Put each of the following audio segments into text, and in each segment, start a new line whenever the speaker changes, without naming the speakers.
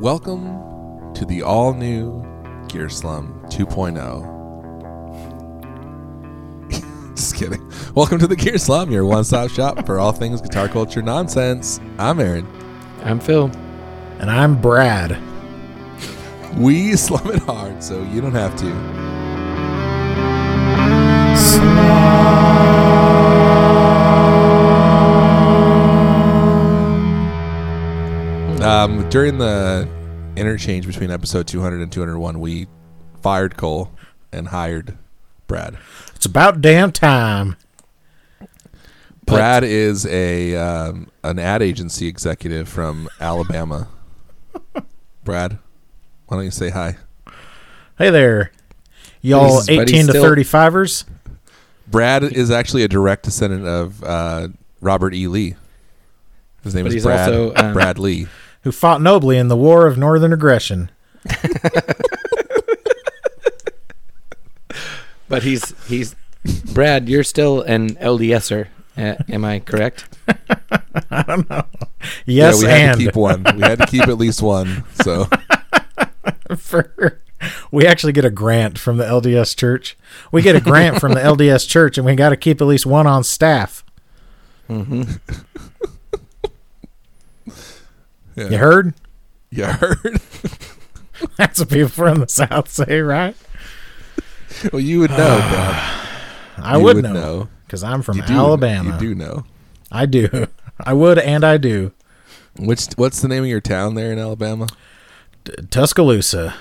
Welcome to the all new Gear Slum oh. 2.0. Just kidding. Welcome to the Gear Slum, your one stop shop for all things guitar culture nonsense. I'm Aaron.
I'm Phil.
And I'm Brad.
We slum it hard so you don't have to. Um, during the interchange between episode 200 and 201, we fired Cole and hired Brad.
It's about damn time.
But-
Brad is a um, an ad agency executive from Alabama. Brad, why don't you say hi?
Hey there, y'all
This is- but he's
18 to
still-
35ers.
Brad is actually a direct descendant of uh, Robert E. Lee. His name
But
is
he's
Brad.
also, um,
Brad Lee.
Who fought nobly in the War of Northern Aggression?
But he's he's Brad. You're still an LDSer. Uh, am I correct?
Yes,
yeah, we had
and
to keep one. We had to keep at least one. So
for we actually get a grant from the LDS Church. We get a grant from the LDS Church, and we got to keep at least one on staff.
Mm-hmm. yeah,
You heard?
You heard?
That's what people from the South say, right?
well, you would know, Brad.
Ah, I
You
would,
would
know
know.
because I'm from
You do-
Alabama.
You do know.
I do. I would, and I do.
Which what's the name of your town there in Alabama?
T- Tuscaloosa.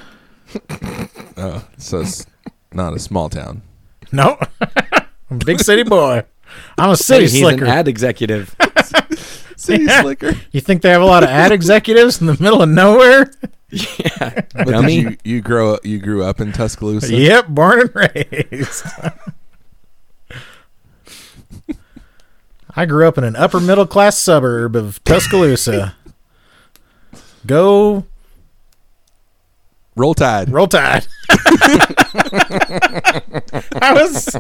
Oh, so it's not a small town.
No, I'm a big city boy. I'm a
Hey,
city
he's
slicker.
an ad executive.
City
Yeah.
slicker.
you think they have a lot of ad executives in the middle of nowhere?
But did
Dummy.
you, you grow up, you grew up in Tuscaloosa.
yep, born and raised. I grew up in an upper middle class suburb of Tuscaloosa. Go
Roll Tide.
roll tide. I was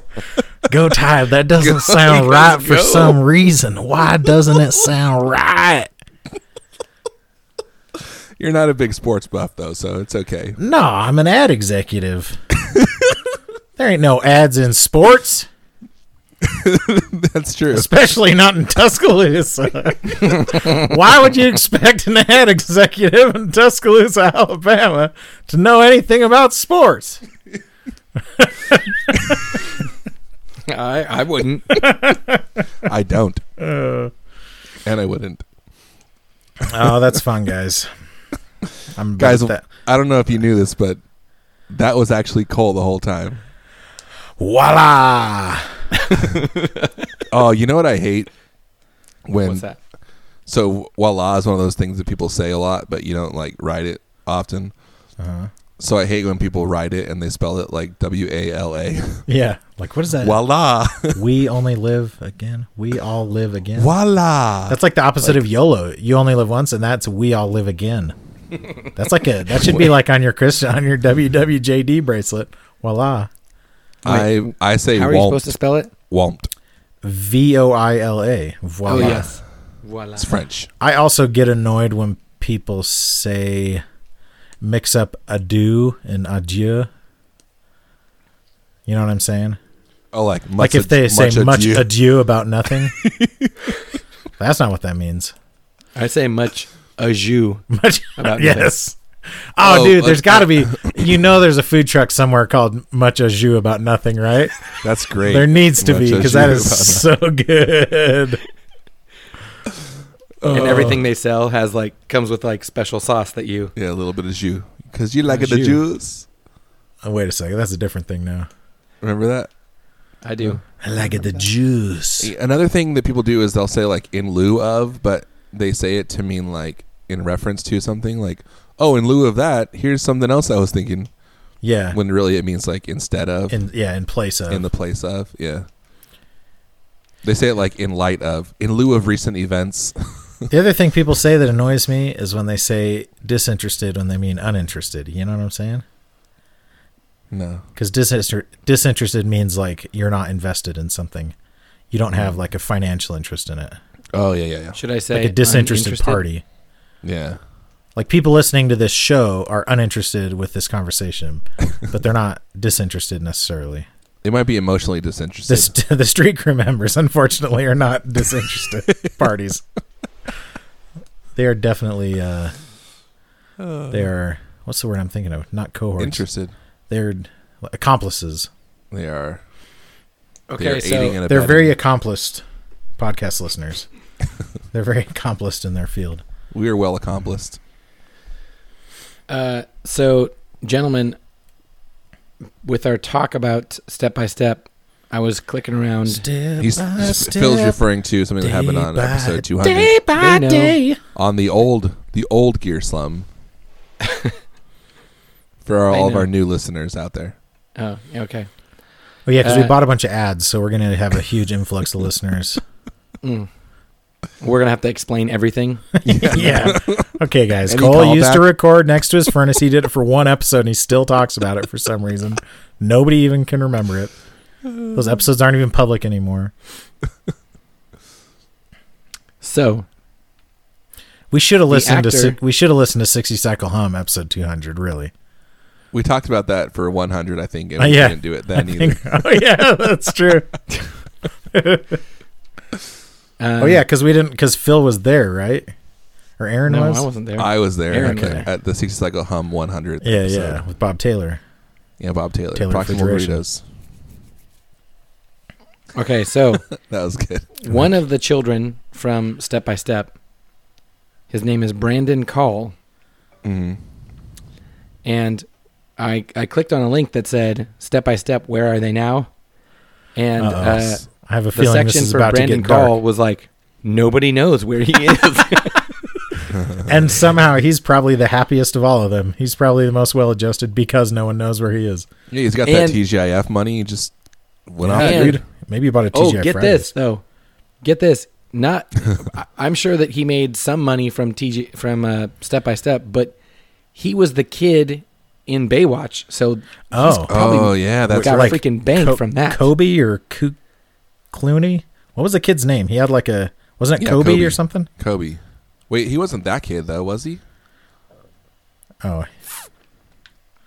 go tide. That doesn't sound right for
go.
some reason. Why doesn't it sound right?
You're not a big sports buff though, so it's okay.
No, I'm an ad executive. there ain't no ads in sports,
That's true.
especially not in Tuscaloosa. Why would you expect an ad executive in Tuscaloosa, Alabama, to know anything about sports?
I, I wouldn't.
I don't,
Uh.
and I wouldn't.
Oh, that's fun, guys. I'm bad
Guys,
at that.
I don't know if you knew this, but that was actually Cole the whole time.
Voila!
Oh, you know what I hate when
What's that?
so voila is one of those things that people say a lot, but you don't like write it often.
Uh-huh.
So I hate when people write it and they spell it like W A L A.
Yeah, like what is that?
Voila,
we only live again. We all live again.
voila.
That's like the opposite of YOLO. You only live once, and that's we all live again. That's like a that should be like on your Christian on your WWJD bracelet. Voila,
I I say
How are you supposed
womp
to spell it?
womp.
V O I L A. Voila.
Oh, Voila.
It's French.
I also get annoyed when people say mix up adieu and adieu. You know what I'm saying?
Oh, like much
like if
ad-
they say much
adieu.
adieu, about nothing. that's not what that means.
I say much ajou.
Much
About nothing.
yes. Oh,
Oh,
dude,
uh,
there's got to be. You know, there's a food truck somewhere called Much Ajou About Nothing, right?
that's great.
There needs to
Much
be because that
adieu
is
about
so good. Oh.
and everything they sell has like comes with like special sauce that you.
Yeah, a little bit of jus. Because you like it, the
Jus.
juice.
Oh, wait a second, that's a different thing now.
Remember that?
I do.
I like it the juice.
Another thing that people do is they'll say, like, in lieu of, but they say it to mean, like, in reference to something. Like, oh, in lieu of that, here's something else I was thinking.
Yeah,
When really it means, like, instead of, in,
Ah. in yeah, in place of.
the place of. Yeah. They say it, like, in light of, in lieu of recent events.
the other thing people say that annoys me is when they say disinterested when they mean uninterested. You know what I'm saying?
no.
Because disinter- disinterested means like you're not invested in something. You don't have like a financial interest in it,
Oh, yeah, yeah, yeah.
Should I say
like a disinterested
uninterested?
party.
Yeah.
like people listening to this show are uninterested with this conversation, but they're not disinterested necessarily.
It might be emotionally disinterested.
The, st- the street crew members, unfortunately, are not disinterested parties. They are definitely uh, they are what's the word I'm thinking of? Not cohorts.
interested.
They're accomplices.
They are.
Okay,
They are
so
aiding and
They're
abetting.
very accomplished podcast listeners. They're very accomplished in their field.
We are well accomplished.
Uh, so, gentlemen, with our talk about step by step, I was clicking around.
Step
He's
by
Phil's
step,
referring to something that
day
happened on
by
episode two
day
hundred
They
by
know.
day.
on the old the old gear slum. For our,
I
all of
know.
our new listeners out there,
Oh, okay.
Well, Oh, yeah, because
Uh,
we bought a bunch of ads, so we're gonna have a huge influx of listeners.
Mm. We're gonna have to explain everything.
yeah. Okay, guys.
Any
Cole used to
callback?
record next to his furnace. He did it for one episode, and he still talks about it for some reason. Nobody even can remember it. Those episodes aren't even public anymore.
So,
We should have listened to si-
actor-
we should have listened to sixty cycle hum episode two hundred. Really?
we talked about that for 100, I think, and
Uh,
we
yeah.
didn't do it then
I
either.
think- oh yeah, that's true.
um,
oh yeah, because we didn't because Phil was there, right? Or Aaron
no,
was.
I wasn't there.
I was there
Aaron
at,
was
the-
there.
at the 60 cycle hum 100.
Yeah,
episode.
yeah, with Bob Taylor.
yeah. Bob Taylor,
Taylor
proximal
Refrigeration.
burritos.
okay, so
That was good.
one of the children from Step by Step, his name is Brandon Call,
Mm.
and I I clicked on a link that said Step by Step, where are they now? And
Uh-oh.
uh,
I have
the
a feeling this
section
is
for
about
Brandon
to get dark.
Call was like nobody knows where he is.
And somehow he's probably the happiest of all of them. He's probably the most well adjusted because no one knows where he is.
Yeah, he's got that
And-
TGIF money. He just went off.
Yeah,
it.
And-
dude. Maybe you bought a TGI
oh, get
Fridays.
this though, get this. Not, I- I'm sure that he made some money from TG from uh, Step by Step, but he was the kid in Baywatch, so he's
Oh.
probably
oh, yeah, that's
got
right.
like
freaking bank
Co-
from that.
Kobe or Co- Clooney? What was the kid's name? He had like a wasn't it
Yeah,
Kobe,
Kobe.
or something?
Kobe. Wait, he wasn't that kid though, was he?
Oh,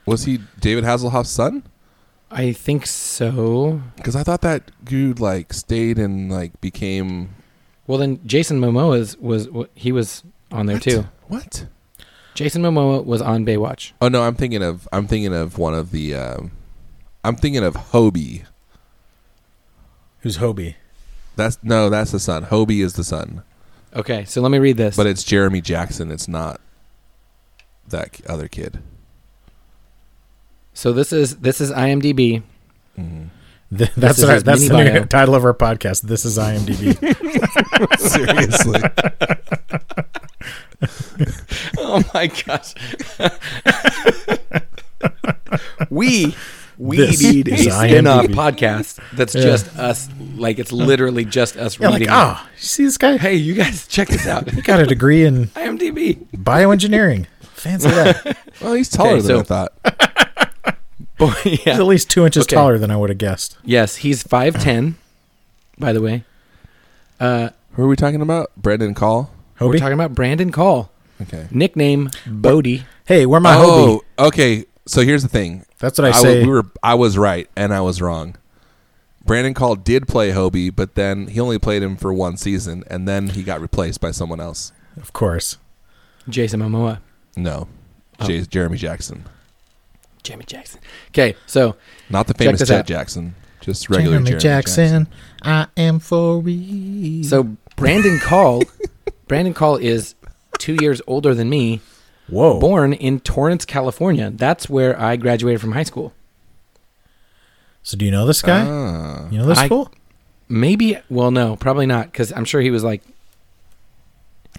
Was he David Hasselhoff's son?
I think so.
Because I thought that dude like stayed and like became
Well, then Jason Momoa is, was wa- he was on there
What?
too.
What?
Jason Momoa was on Baywatch.
Oh no, I'm thinking of I'm thinking of one of the um, I'm thinking of Hobie.
who's Hobie?
That's no, that's the son. Hobie is the son,
Okay, so let me read this.
but it's Jeremy Jackson. It's not that k- other kid.
so this is this is IMDb.
Th- that's
is
what I,
his
that's the
mini
new
bio.
title of our podcast. This is IMDb.
Seriously,
oh my gosh. we we
This
need a
is
spin-off
IMDb.
podcast that's
Yeah.
just us like it's literally just us
yeah, like
reading.
oh, you see this guy?
Hey, you guys check this out.
He got a degree in
IMDb.
bioengineering. Fancy that.
well, he's taller
Okay,
than
so-
I thought.
Boy,
He's at
yeah.
least two inches
Okay.
taller than I would have guessed.
Yes, he's 5'10 by the way. Uh
Who are we talking about? Brendan Call.
we're
Hobie.
talking about Brandon Call,
Okay.
nickname Bodie.
hey, where my Hobie?
oh, okay. So here's the thing.
That's what I,
I
say.
was, we were I was right and I was wrong. Brandon Call did play Hobie, but then he only played him for one season, and then he got replaced by someone else.
of course.
Jason Momoa.
No,
Oh.
J- Jeremy Jackson,
Jamie Jackson. Okay, so
not the
Check
famous
this
Jet
out.
Jackson, just regular Jeremy, Jackson.
Jackson, I am for real.
so Brandon Call, Brandon Call is two years older than me,
whoa,
born in Torrance, California. That's where I graduated from high school.
So do you know this guy?
Ah.
you know this
Uh, I-
fool?
Maybe, well, no, probably not, because I'm sure he was like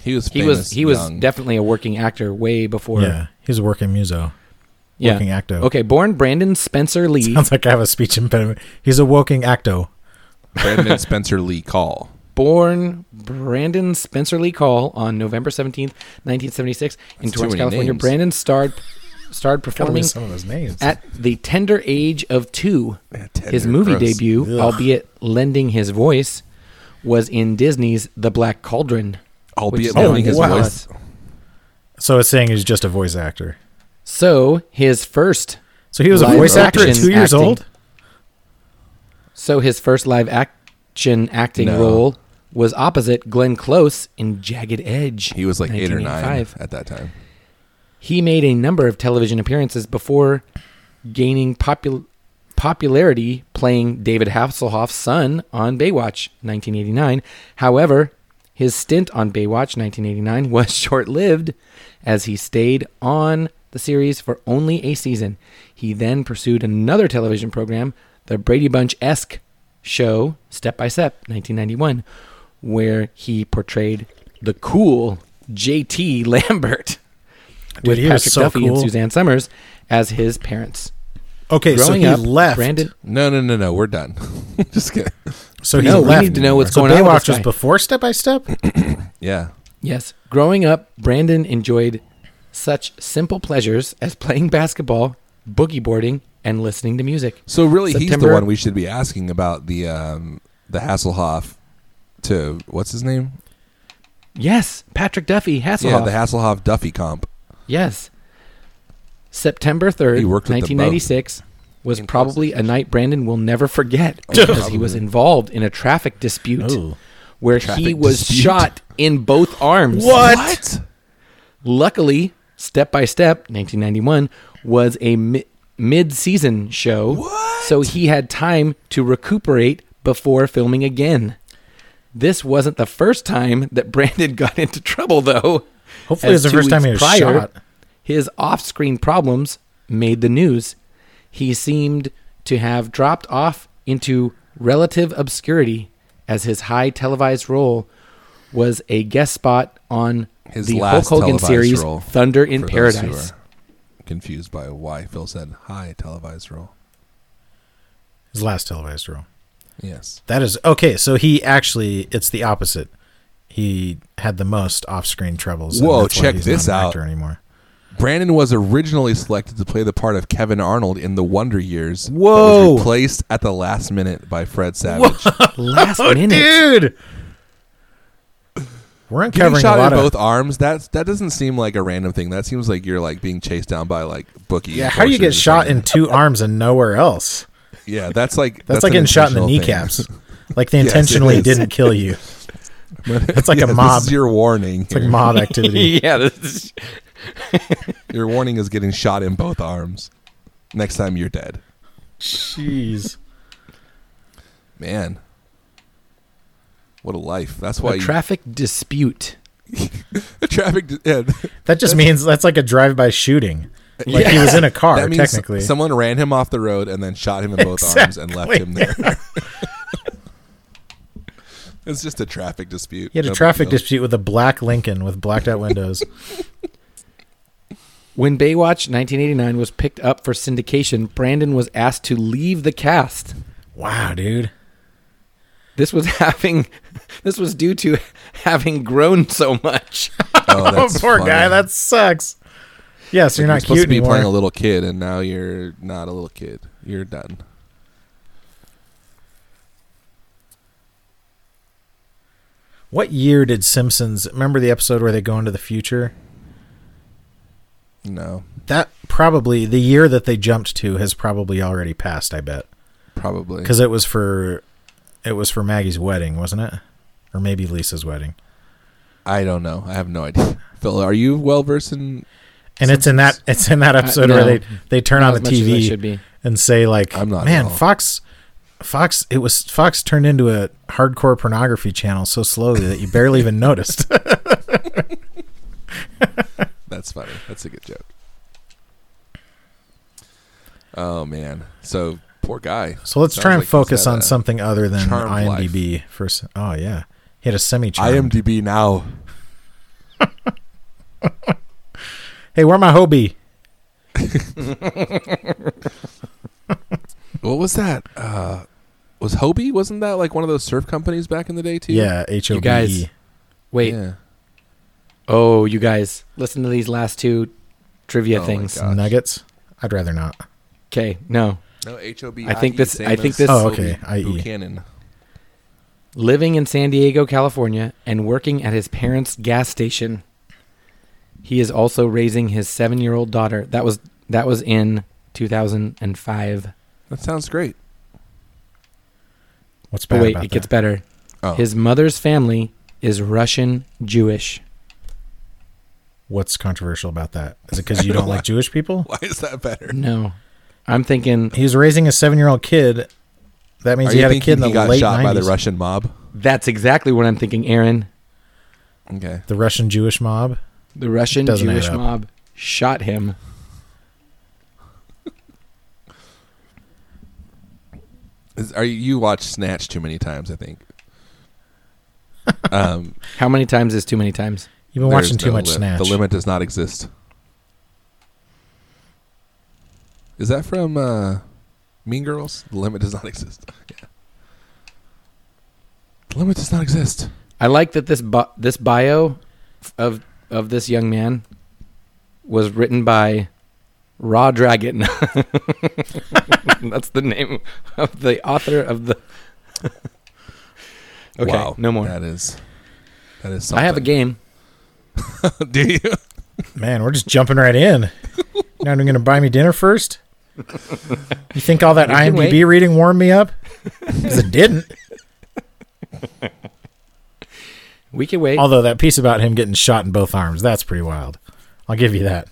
he was
he
famous
was he was
young.
definitely a working actor way before.
Yeah, he's a working muso,
Yeah.
working acto.
Okay, born Brandon Spencer Lee,
Sounds like I have a speech impediment. He's a working acto.
Brandon Spencer Lee Call.
born Brandon Spencer Lee Call on November 17th, 1976 in
That's too
Torrance,
many
California.
names.
Brandon starred starred
Gotta
performing
lose some of those names.
at the tender age of 2. His
tender,
movie
gross.
debut,
Ugh.
albeit lending his voice, was in Disney's The Black Cauldron.
Albeit
is
lending
Oh,
on
his
Disney
voice.
Plus.
So it's saying he's just a voice actor.
So his first,
So he was a
Live
voice actor at
action
two years
acting.
old.
so his first live action acting
No.
role was opposite Glenn Close in Jagged Edge.
He was like eight or nine
1985.
at that time.
He made a number of television appearances before gaining popul- popularity playing David Hasselhoff's son on Baywatch 1989. However, his stint on Baywatch 1989 was short lived as he stayed on the series for only a season. He then pursued another television program, the Brady Bunch esque show Step by Step 1991, where he portrayed the cool JT Lambert with
he was
Patrick
so
Duffy and
cool.
Suzanne Summers as his parents.
Okay, so
Growing
he
up,
left.
Brandon.
No, no, no, no. We're done. Just kidding.
so he
No, we
left.
need to know what's
so
going on with
Baywatch
this
was
guy.
before Step by Step.
Yeah.
Yes. Growing up, Brandon enjoyed such simple pleasures as playing basketball, boogie boarding, and listening to music.
So really, he's
September-
the one we should be asking about the um, the Hasselhoff to what's his name?
Yes, Patrick Duffy Hasselhoff.
Yeah, the Hasselhoff Duffy comp.
yes. September 3rd,
He worked with the
1996 was
In
probably a night Brandon will never forget
Oh,
because he was
probably.
involved in a traffic dispute
Ooh.
where he
Traffic
was
dispute?
shot in both arms. Luckily, Step by Step, 1991, was a mi- mid-season show, so he had time to recuperate before filming again. This wasn't the first time that Brandon got into trouble, though.
Hopefully,
as
it's
two
the first time he was
weeks prior,
shot.
His off-screen problems made the news. He seemed to have dropped off into relative obscurity as his high televised role was a guest spot on
His
the Hulk
last
Hogan
televised
series
role,
Thunder in
For those who
Paradise.
are Confused by why Phil said hi televised role.
His last televised role.
Yes.
That is okay. So he actually, it's the opposite. He had the most off-screen troubles. and
Whoa,
that's why
check
he's not
this
an
out.
actor anymore.
Brandon was originally selected to play the part of Kevin Arnold in The Wonder Years. but
Whoa.
was replaced at the last minute by Fred Savage.
Last minute.
dude. We're
Getting
uncovering a
shot
lot
in
of
both arms. That's that doesn't seem like a random thing. That seems like you're like being chased down by like bookie.
Yeah, how do you get
enforcers or
shot
something.
in two arms and nowhere else?
Yeah, that's like
That's, like
an
getting shot in the
intentional thing.
kneecaps. like they
Yes, it
intentionally
is.
didn't kill you. That's like
Yes,
a mob.
This is your warning.
it's like
here.
mob activity.
yeah, this is,
Your warning is getting shot in both arms. Next time you're dead.
Jeez.
Man. What a life. That's why
a
you,
traffic dispute.
traffic yeah,
That just means that's like a drive-by shooting. Like he was in a car,
that means
technically.
someone ran him off the road and then shot him in both arms and left him there. it's just a traffic dispute.
he had
No
a
big
traffic
deal.
dispute with a black Lincoln with blacked out windows.
When Baywatch 1989 was picked up for syndication, Brandon was asked to leave the cast.
wow, dude.
This was having this was due to having grown so much.
Oh, that's
Poor guy,
funny.
that sucks. Yes, you're
Like,
not
supposed
cute
to be
anymore.
playing a little kid, and now you're not a little kid. You're done.
what year did Simpsons? Remember the episode where they go into the future?
No,
That probably the year that they jumped to has probably already passed. I bet.
probably.
because it was for it was for Maggie's wedding, wasn't it? Or maybe Lisa's wedding.
I don't know. I have no idea. Phil, are you well versed in?
And it's in that it's in
Uh,
that episode
no.
where they they turn
Not
on
as
the
much as I should
TV
be.
and say like,
I'm not at
man,
all."
Fox, Fox, it was Fox turned into a hardcore pornography channel so slowly that you barely even noticed.
That's funny. That's a good joke. Oh man. So poor guy.
So let's
Sounds
try and
like he's
focus
had
on
a
something other than
charmed
IMDb. First, oh yeah, he had a semi charm.
IMDb now.
Hey, where my Hobie?
What was that? Uh, was Hobie? Wasn't that like one of those surf companies back in the day too?
Yeah, H O B
guys-
E.
Wait.
Yeah.
Oh, you guys, listen to these last two trivia
Oh my
things.
gosh.
Nuggets. I'd rather not.
Okay, no.
No H O B. E,
I think this-
same
I think
as
this-
Oh, okay,
Hobie
IE.
Buchanan.
Living in San Diego, California, and working at his parents' gas station. He is also raising his seven-year-old daughter. That was that was in 2005.
That sounds great.
What's bad
But wait,
about
it gets
that?
better.
Oh,
His mother's family is Russian Jewish.
What's controversial about that? Is it because you don't like Jewish people?
why is that better?
No, I'm thinking
He's raising a seven-year-old kid. That means
Are
he
you
had a
thinking
kid in the
he got
late
shot
90s.
by the Russian mob?
that's exactly what I'm thinking. Aaron,
Okay.
the Russian Jewish mob.
the Russian
Doesn't add
Jewish
up.
mob, shot him.
Is, are you, you watch Snatch too many times? I think. Um,
How many times is too many times?
You've been
there's
watching too
no
much
lim-
Snatch.
The limit does not exist. Is that from uh, Mean Girls? The limit does not exist. Yeah. The limit does not exist.
I like that this bi- this bio f- of of this young man was written by Raw Dragon. That's the name of the author of the. okay,
wow.
no more.
That is. That is. Something.
I have a game.
Do you?
Man, we're just jumping right in. You're not even going to buy me dinner first? You think all that
You can
IMDb reading warmed me up? 'Cause it didn't.
We can wait.
Although that piece about him getting shot in both arms, that's pretty wild. I'll give you that.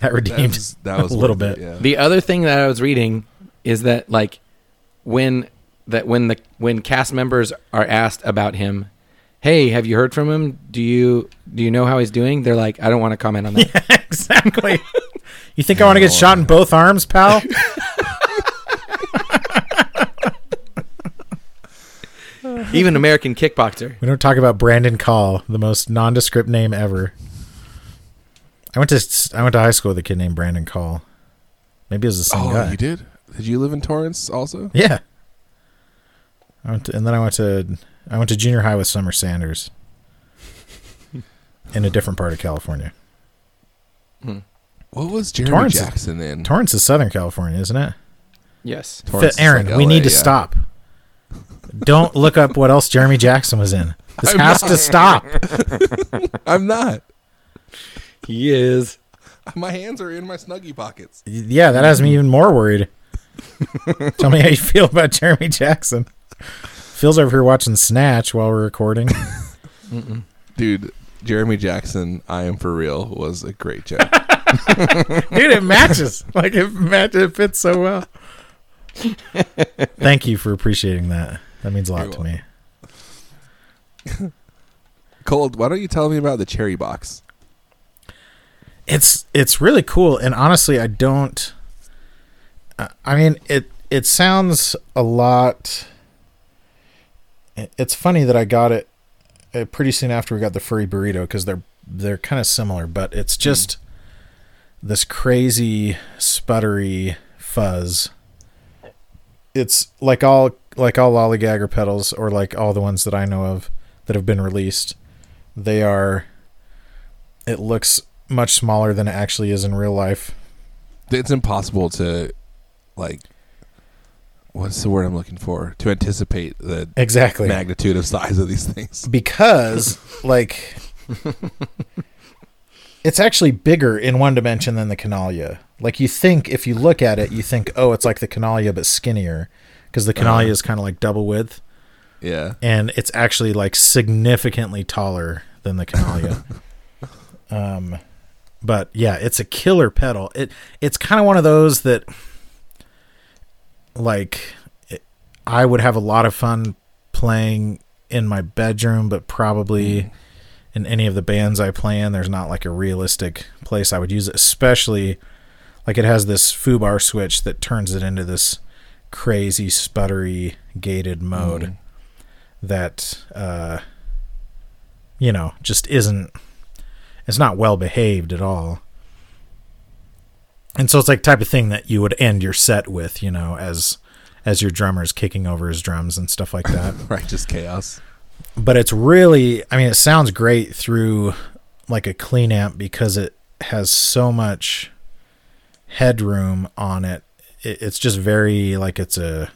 That
That
redeemed.
was, that was
A little
worth it,
bit.
yeah.
The other thing that I was reading is that like when that when the when cast members are asked about him, hey, have you heard from him? Do you do you know how he's doing? They're like, I don't want to comment on that.
exactly. You think I want to get shot in both arms, pal?
Even American kickboxer.
We don't talk about Brandon Call, the most nondescript name ever. I went to I went to high school with a kid named Brandon Call. Maybe it was the same
Oh,
guy.
you did? Did you live in Torrance also?
Yeah. I went to, and then I went to I went to junior high with Summer Sanders in a different part of California.
What was Jeremy
Torrance is-
Jackson in?
Torrance is Southern California, isn't it?
Yes.
Torrance
Fit- Aaron,
is like
we
LA,
need to
yeah.
stop. Don't look up what else Jeremy Jackson was in. This has to stop.
I'm not.
He is.
My hands are in my snuggie pockets.
Yeah, that has me even more worried. Tell me how you feel about Jeremy Jackson. Feels over here watching Snatch while we're recording.
Dude, Jeremy Jackson, I am for real, was a great joke.
dude it matches like it matches it fits so well thank you for appreciating that that means a lot
You're
to me
Cold, why don't you tell me about the cherry box?
it's it's really cool and honestly i don't I- i mean it it sounds a lot it- it's funny that i got it uh, pretty soon after we got the furry burrito because they're they're kind of similar but it's just this crazy sputtery fuzz it's like all like all lollygagger pedals or like all the ones that i know of that have been released they are it looks much smaller than it actually is in real life.
It's impossible to, like, what's the word I'm looking for? To anticipate the
Exactly.
magnitude of size of these things.
because like it's actually bigger in one dimension than the canalia. Like you think if you look at it, you think, "Oh, it's like the canalia but skinnier." Because the canalia is kind of like double width,
Yeah.
and it's actually like significantly taller than the canalia. um, but yeah, it's a killer pedal. It it's kind of one of those that like it, I would have a lot of fun playing in my bedroom, but probably in any of the bands I play in, there's not like a realistic place I would use it, especially like it has this foobar switch that turns it into this crazy sputtery gated mode
Mm.
that uh you know just isn't it's not well behaved at all and so it's like type of thing that you would end your set with you know as as your drummer's kicking over his drums and stuff like that
Right, just chaos.
but it's really i mean it sounds great through like a clean amp because it has so much headroom on it, it it's just very like it's a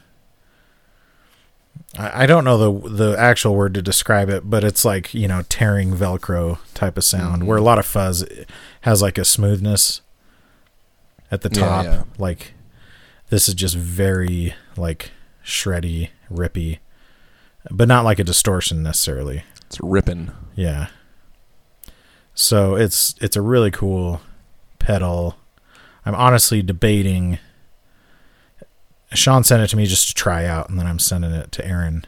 I I don't know the the actual word to describe it, but it's like you know tearing Velcro type of sound, where a
Mm-hmm.
lot of fuzz has like a smoothness at the
Yeah,
top.
yeah.
Like this is just very like shreddy, rippy, but not like a distortion necessarily.
It's ripping.
Yeah. So it's it's a really cool pedal. I'm honestly debating. Sean sent it to me just to try out, and then I'm sending it to Aaron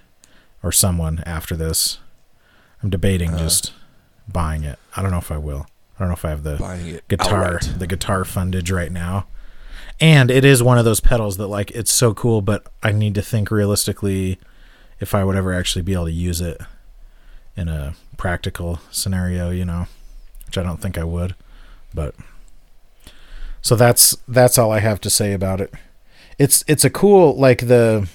or someone after this. I'm debating
Uh.
just buying it. I don't know if I will. I don't know if I have the
Buying it.
guitar
outright.
the guitar fundage right now and it is one of those pedals that like it's so cool but i need to think realistically if i would ever actually be able to use it in a practical scenario you know which i don't think i would but so that's that's all i have to say about it it's it's a cool like the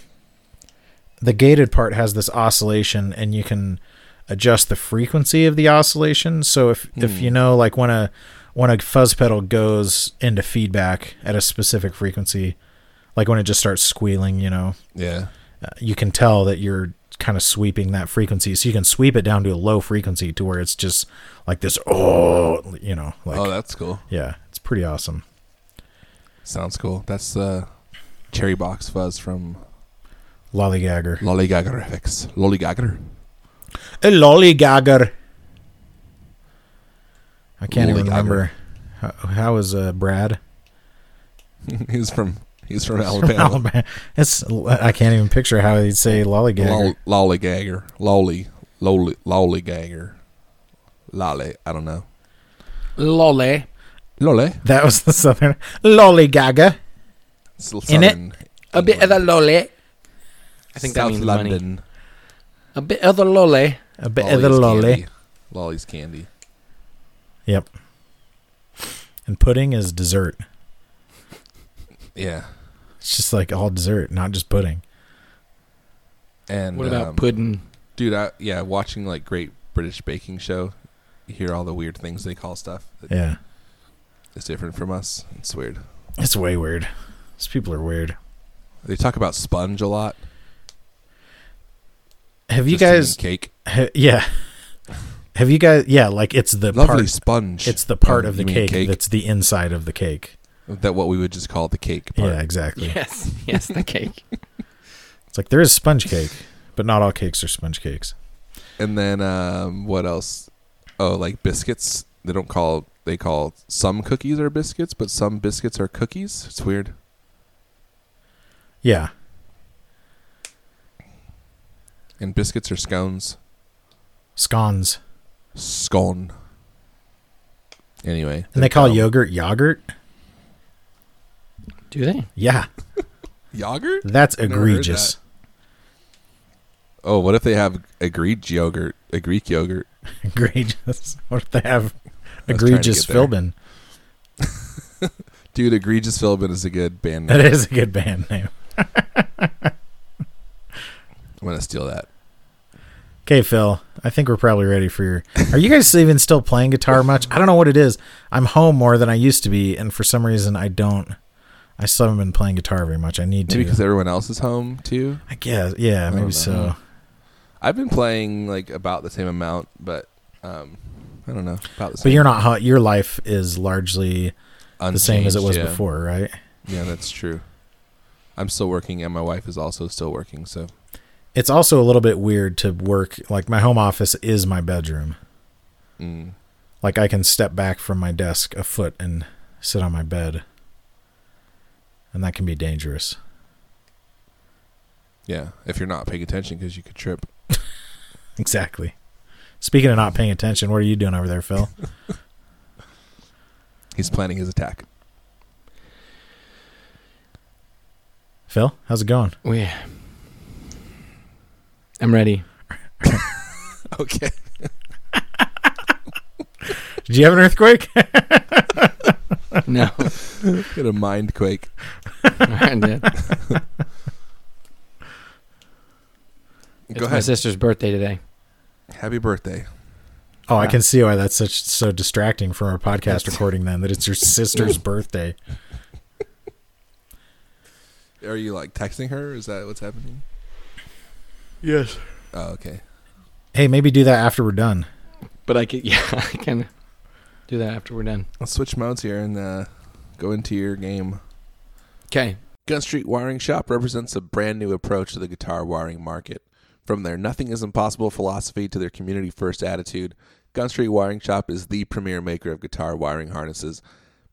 the gated part has this oscillation and you can adjust the frequency of the oscillation so if if
Hmm.
you know like when a when a fuzz pedal goes into feedback at a specific frequency like when it just starts squealing you know
Yeah.
uh, you can tell that you're kind of sweeping that frequency so you can sweep it down to a low frequency to where it's just like this oh you know like
oh, that's cool.
yeah it's pretty awesome
Sounds cool. That's uh, Cherry Box Fuzz from
lollygagger
Lollygagger FX. Lollygagger.
A lollygagger. I can't even
Lollygagger.
remember. How, how is uh, Brad?
he's from he's from Alabama.
Alabama. It's I can't even picture how he'd say lollygagger.
Lol- Lollygagger. Lolly. Lolly. Lollygagger. Lolly. I don't know.
Lolly.
Lolly.
That was the southern lollygagger.
S- Southern
In it, A bit of the
England.
lolly. I think that
South
means money.
London.
A bit of the lolly.
A bit of the
Lolly's
lolly.
candy. Lolly's candy.
Yep. And pudding is dessert.
Yeah.
It's just like all dessert, not just pudding.
And
what about
um,
pudding?
dude? I, yeah, watching like Great British Baking Show. You hear all the weird things they call stuff. that
Yeah,
is different from us. It's weird.
it's way weird. These people are weird.
They talk about sponge a lot.
Have you
just to mean
guys?
cake
Ha, yeah. Have you guys? Yeah, like it's the
lovely
part.
sponge?
It's the part
Oh,
of the
you mean
cake, that's the inside of the cake.
that what we would just call the cake part.
Yeah, exactly.
Yes, yes, the cake.
It's like there is sponge cake, but not all cakes are sponge cakes.
And then um, what else? Oh, like biscuits. They don't call they call some cookies are biscuits, but some biscuits are cookies. It's weird.
Yeah,
And biscuits are scones.
scones,
Scone. Anyway,
and they call
dumb.
yogurt yogurt.
Do they?
Yeah,
yogurt.
that's
Never heard
egregious.
Oh, what if they have a Greek yogurt? A Greek yogurt.
egregious. What if they have
was trying to
egregious
get there.
Philbin?
Dude, egregious Philbin is a good band
That
name.
is a good band name.
I'm gonna steal that.
Okay, Phil. I think we're probably ready for your. Are you guys even still playing guitar much? I don't know what it is. I'm home more than I used to be, and for some reason, I don't. I still haven't been playing guitar very much. I need to.
Maybe because everyone else is home too.
I guess. Yeah,
don't
maybe
know.
so.
I've been playing like about the same amount, but um, I don't know about the same.
But you're not. hu- Your life is largely the same as it was
Unchanged, yeah.
before, right?
Yeah, that's true. I'm still working, and my wife is also still working. So
It's also a little bit weird to work. Like my home office is my bedroom.
mm,
Like I can step back from my desk a foot and sit on my bed, and that can be dangerous.
yeah, if you're not paying attention, because you could trip.
Exactly. Speaking of not paying attention, what are you doing over there, Phil?
He's planning his attack.
Phil, how's it going?
Oh, yeah. I'm ready.
Okay.
Did you have an earthquake?
No.
Get a mind quake.
I did. It's
Go
my
ahead.
sister's birthday today.
Happy birthday.
oh, I
Yeah.
can see why that's such so distracting from our podcast
That's-
recording. Then that it's your sister's birthday.
Are you like texting her? Is that what's happening?
Yes.
Oh, okay.
Hey, maybe do that after we're done.
But I can, yeah, I can do that after we're done.
Let's switch modes here and uh, go into your game.
Okay.
Gun Street Wiring Shop represents a brand new approach to the guitar wiring market. From their nothing is impossible philosophy to their community first attitude, Gun Street Wiring Shop is the premier maker of guitar wiring harnesses.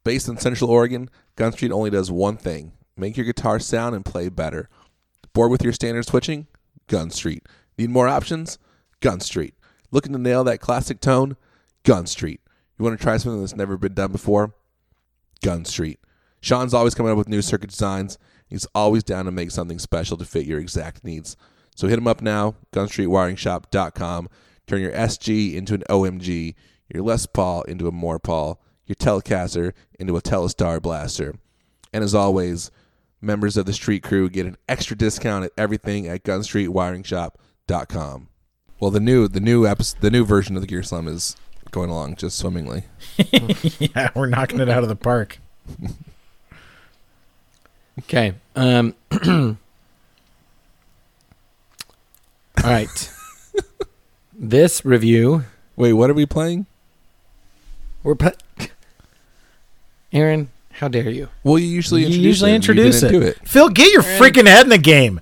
Based in Central Oregon, Gun Street only does one thing make your guitar sound and play better. Bored with your standard switching? Gun Street. Need more options? Gun Street. Looking to nail that classic tone? Gun Street. You want to try something that's never been done before? Gun Street. Sean's always coming up with new circuit designs. He's always down to make something special to fit your exact needs. So hit him up now, gunstreetwiringshop.com. Turn your SG into an OMG, your Les Paul into a More Paul, your Telecaster into a Telestar Blaster. And as always, members of the street crew get an extra discount at everything at gunstreetwiringshop.com. Well, the new the new episode, the new version of the Gear Slum is going along just swimmingly.
yeah, we're knocking it out of the park.
Okay. Um, all right. this review,
Wait, what are we playing?
we're put. Aaron, how dare you?
Well, you usually
You
introduce
usually
it. and you
introduce
didn't
it.
do
Phil, get your freaking head in the game.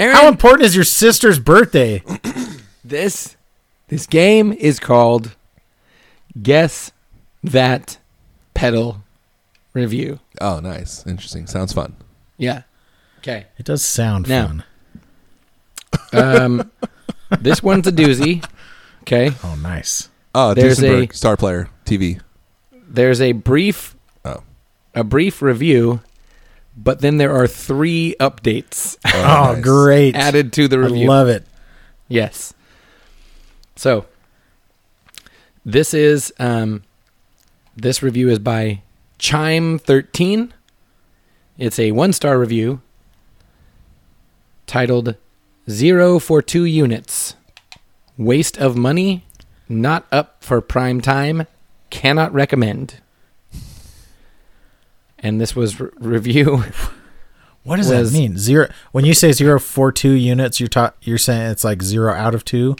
Aaron,
How important is your sister's birthday?
this this game is called Guess That Pedal Review.
Oh, nice, interesting. Sounds fun.
Yeah. Okay.
It does sound
No.
fun.
Um, this one's a doozy. Okay.
Oh, nice.
Oh,
There's
Duesenberg,
a-
star player, TV.
There's a brief
Oh,
a brief review, but then there are three updates
Oh,
nice.
great.
added to the
I
review.
love it.
Yes. So this is um, this review is by Chime Thirteen. It's a one star review titled Zero for Two Units. Waste of money, not up for prime time, cannot recommend. And this was re- review.
What does
was-
that mean? Zero. When you say zero for two units, you're ta- you're saying it's like zero out of two.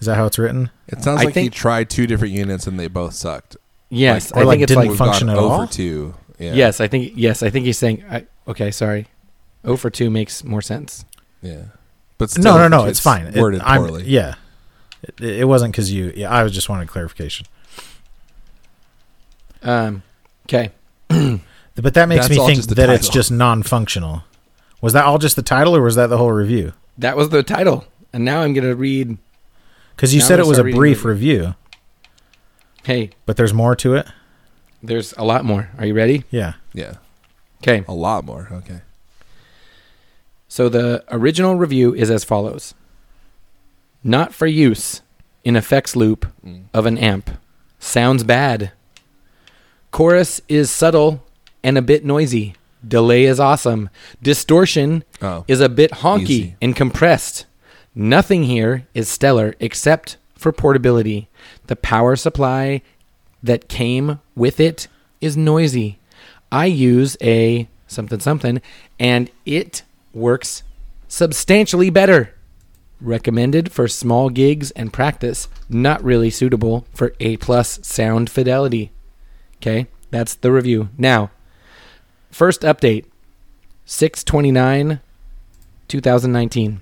Is that how it's written?
It sounds
I
like
think-
he tried two different units and they both sucked.
Yes,
Or
I
like
think it's
didn't
like
We've
function
gone
at
over
all?
two. Yeah.
Yes, I think yes, I think he's saying I, okay, sorry. 0 for 2 makes more sense.
Yeah. But
no,
still,
no, no. It's, fine. It-
Worded
I'm-
poorly.
Yeah. It, it wasn't because you. Yeah, I was just wanted clarification.
Um okay.
But that makes
That's
me
all
think
just the
that it's
title.
just non-functional. Was that all just the title, or was that the whole review?
That was the title. And now I'm going to read
Because you
Now
said
I'm
it was a
gonna start reading
brief
the-
review,
hey,
but there's more to it.
there's a lot more. Are you ready?
Yeah.
Yeah.
Okay.
A lot more. Okay.
So the original review is as follows. Not for use in effects loop
Mm.
of an amp. Sounds bad. Chorus is subtle and a bit noisy. Delay is awesome. Distortion
Oh.
is a bit honky
Easy.
and compressed. Nothing here is stellar except for portability. The power supply that came with it is noisy. I use a something something and it works substantially better. Recommended for small gigs and practice, not really suitable for A plus sound fidelity. Okay, that's the review. Now, first update 629 2019.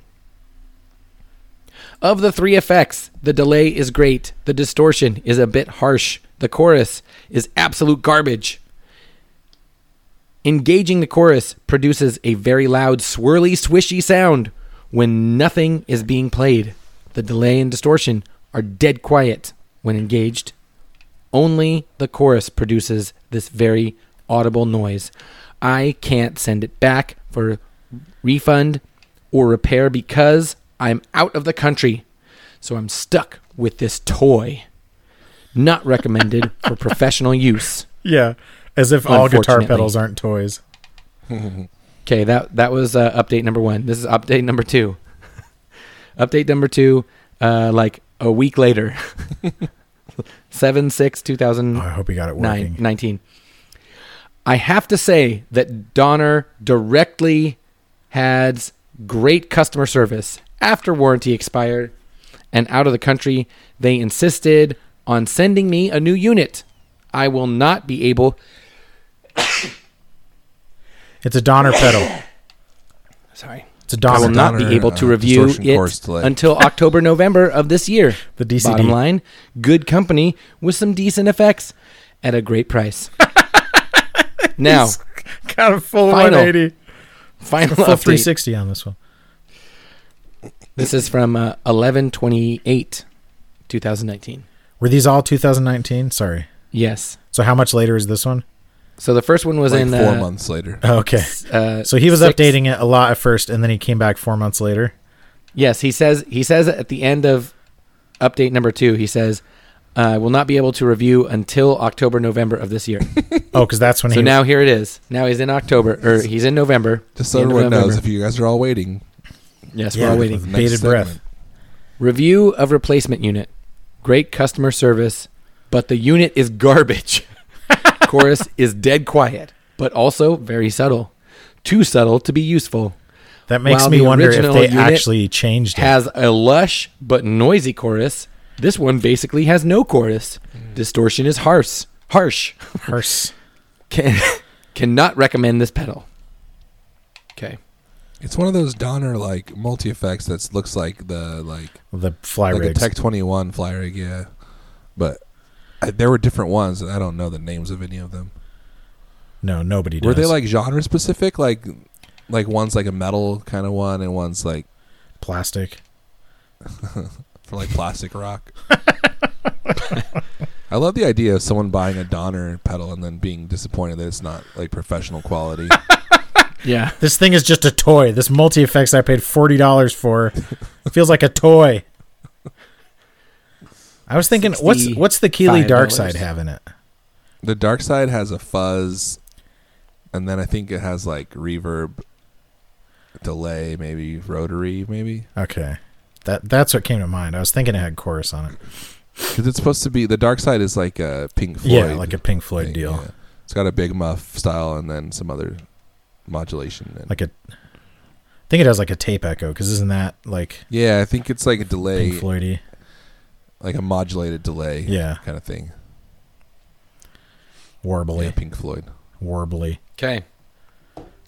Of the three effects, the delay is great, the distortion is a bit harsh, the chorus is absolute garbage. Engaging the chorus produces a very loud, swirly, swishy sound when nothing is being played. The delay and distortion are dead quiet when engaged. Only the chorus produces this very audible noise. I can't send it back for refund or repair because I'm out of the country. So I'm stuck with this toy. Not recommended for professional use.
Yeah. As if all guitar
Unfortunately.
pedals aren't toys.
Okay, that that was uh, update number one. This is update number two. update number two, uh, like a week later, seven six two thousand
Oh, I hope you got it
nine,
working.
19. I have to say that Donner directly has great customer service. after warranty expired and out of the country, they insisted on sending me a new unit. I will not be able.
It's a Donner pedal.
Sorry.
It's a
I will
Donner.
not
Donner,
be able to
uh,
review
distortion course
it
delay.
until October, November of this year.
The DCD.
Bottom line, good company with some decent effects at a great price. now,
Got a full
Final.
180.
final
Full
update.
360 on this one.
This is from uh, 1128, 2019.
Were these all 2019? Sorry.
Yes.
So how much later is this one? Oh,
So the first one was
like
in
four
uh,
months later.
Okay.
Uh,
So he was
six-
updating it a lot at first, and then he came back four months later.
Yes, he says he says at the end of update number two, he says, "Uh, "I will not be able to review until October, November of this year."
Oh, because that's when
so
he.
now here it is. Now he's in October or he's in November.
Just so
the end of
everyone knows,
November.
if you guys are all waiting,
Yes,
Yeah.
we're all
for
waiting.
the
Bated
next
breath.
segment.
Review of replacement unit. Great customer service, but the unit is garbage. Chorus is dead quiet, but also very subtle. Too subtle to be useful.
that makes
while
me
the
wonder if
original
they
unit
actually changed it.
has a lush but noisy chorus. This one basically has no chorus. Distortion is harsh. Harsh.
Hearse.
Can, cannot recommend this pedal. Okay.
It's one of those Donner like multi effects that looks like the like
The fly
like
rigs.
a Tech Twenty One fly rig, yeah. But I, there were different ones, and I don't know the names of any of them.
no, nobody does.
Were they like genre specific? Like, like one's like a metal kind of one, and one's like
plastic?
for like plastic rock. I love the idea of someone buying a Donner pedal and then being disappointed that it's not like professional quality.
Yeah.
This thing is just a toy. This multi effects I paid forty dollars for feels like a toy. I was thinking, what's what's the Keeley Dark
$65.
Side have in it?
the dark side has a fuzz, and then I think it has like reverb, delay, maybe rotary, maybe
Okay, that that's what came to mind. I was thinking it had chorus on it.
because it's supposed to be the dark side is like a Pink Floyd,
Yeah, like a Pink Floyd
thing,
deal,
yeah. It's got a big muff style and then some other modulation. And
like a. I think it has like a tape echo because isn't that like
yeah, I think it's like a delay,
Pink Floydy?
like a modulated delay,
Yeah,
kind of thing.
warbly,
Yeah, Pink Floyd.
warbly.
Okay.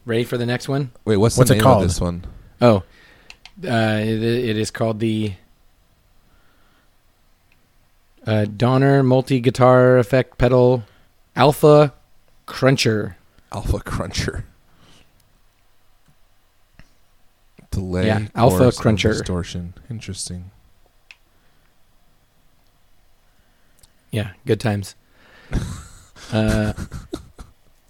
Ready for the next one?
Wait, what's,
What's
the
it
name
called?
of this one?
Oh. Uh, it, it is called the uh, Donner Multi Guitar Effect Pedal Alpha Cruncher.
Alpha Cruncher. Delay.
Yeah, Alpha
chorus, and
Cruncher.
Distortion. Interesting.
Yeah, good times. uh,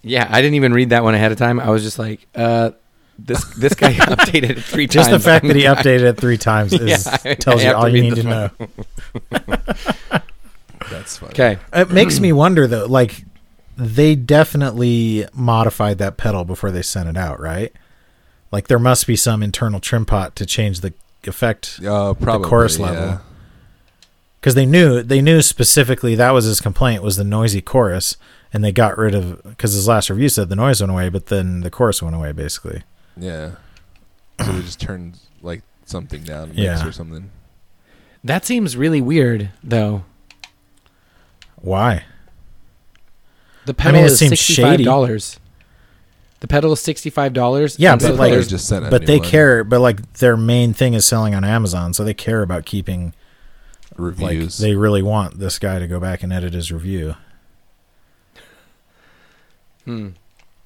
yeah, I didn't even read that one ahead of time. I was just like, uh, this this guy updated it three
Just
times.
the fact that he
I'm-
updated it three times is,
Yeah, I-
tells
I
you
have to
all you
read
need
this
to
one.
know.
That's funny.
Okay,
It makes me wonder though, like they definitely modified that pedal before they sent it out, right? Like there must be some internal trim pot to change the effect
Uh, probably.
chorus
yeah.
level. because they knew they knew specifically that was his complaint was the noisy chorus, and they got rid of because his last review said the noise went away, but then the chorus went away basically.
Yeah. So we just turned like something down, mix
Yeah.
or something.
that seems really weird though.
Why?
The
I
pedal
mean, it
is
seems
sixty five
shady.
dollars. The pedal is sixty five dollars.
Yeah,
They
but,
probably
like-
have just sent a
But
new
they
one.
care. But like their main thing is selling on Amazon, so they care about keeping. Like
reviews.
they really want this guy to go back and edit his review.
Hmm.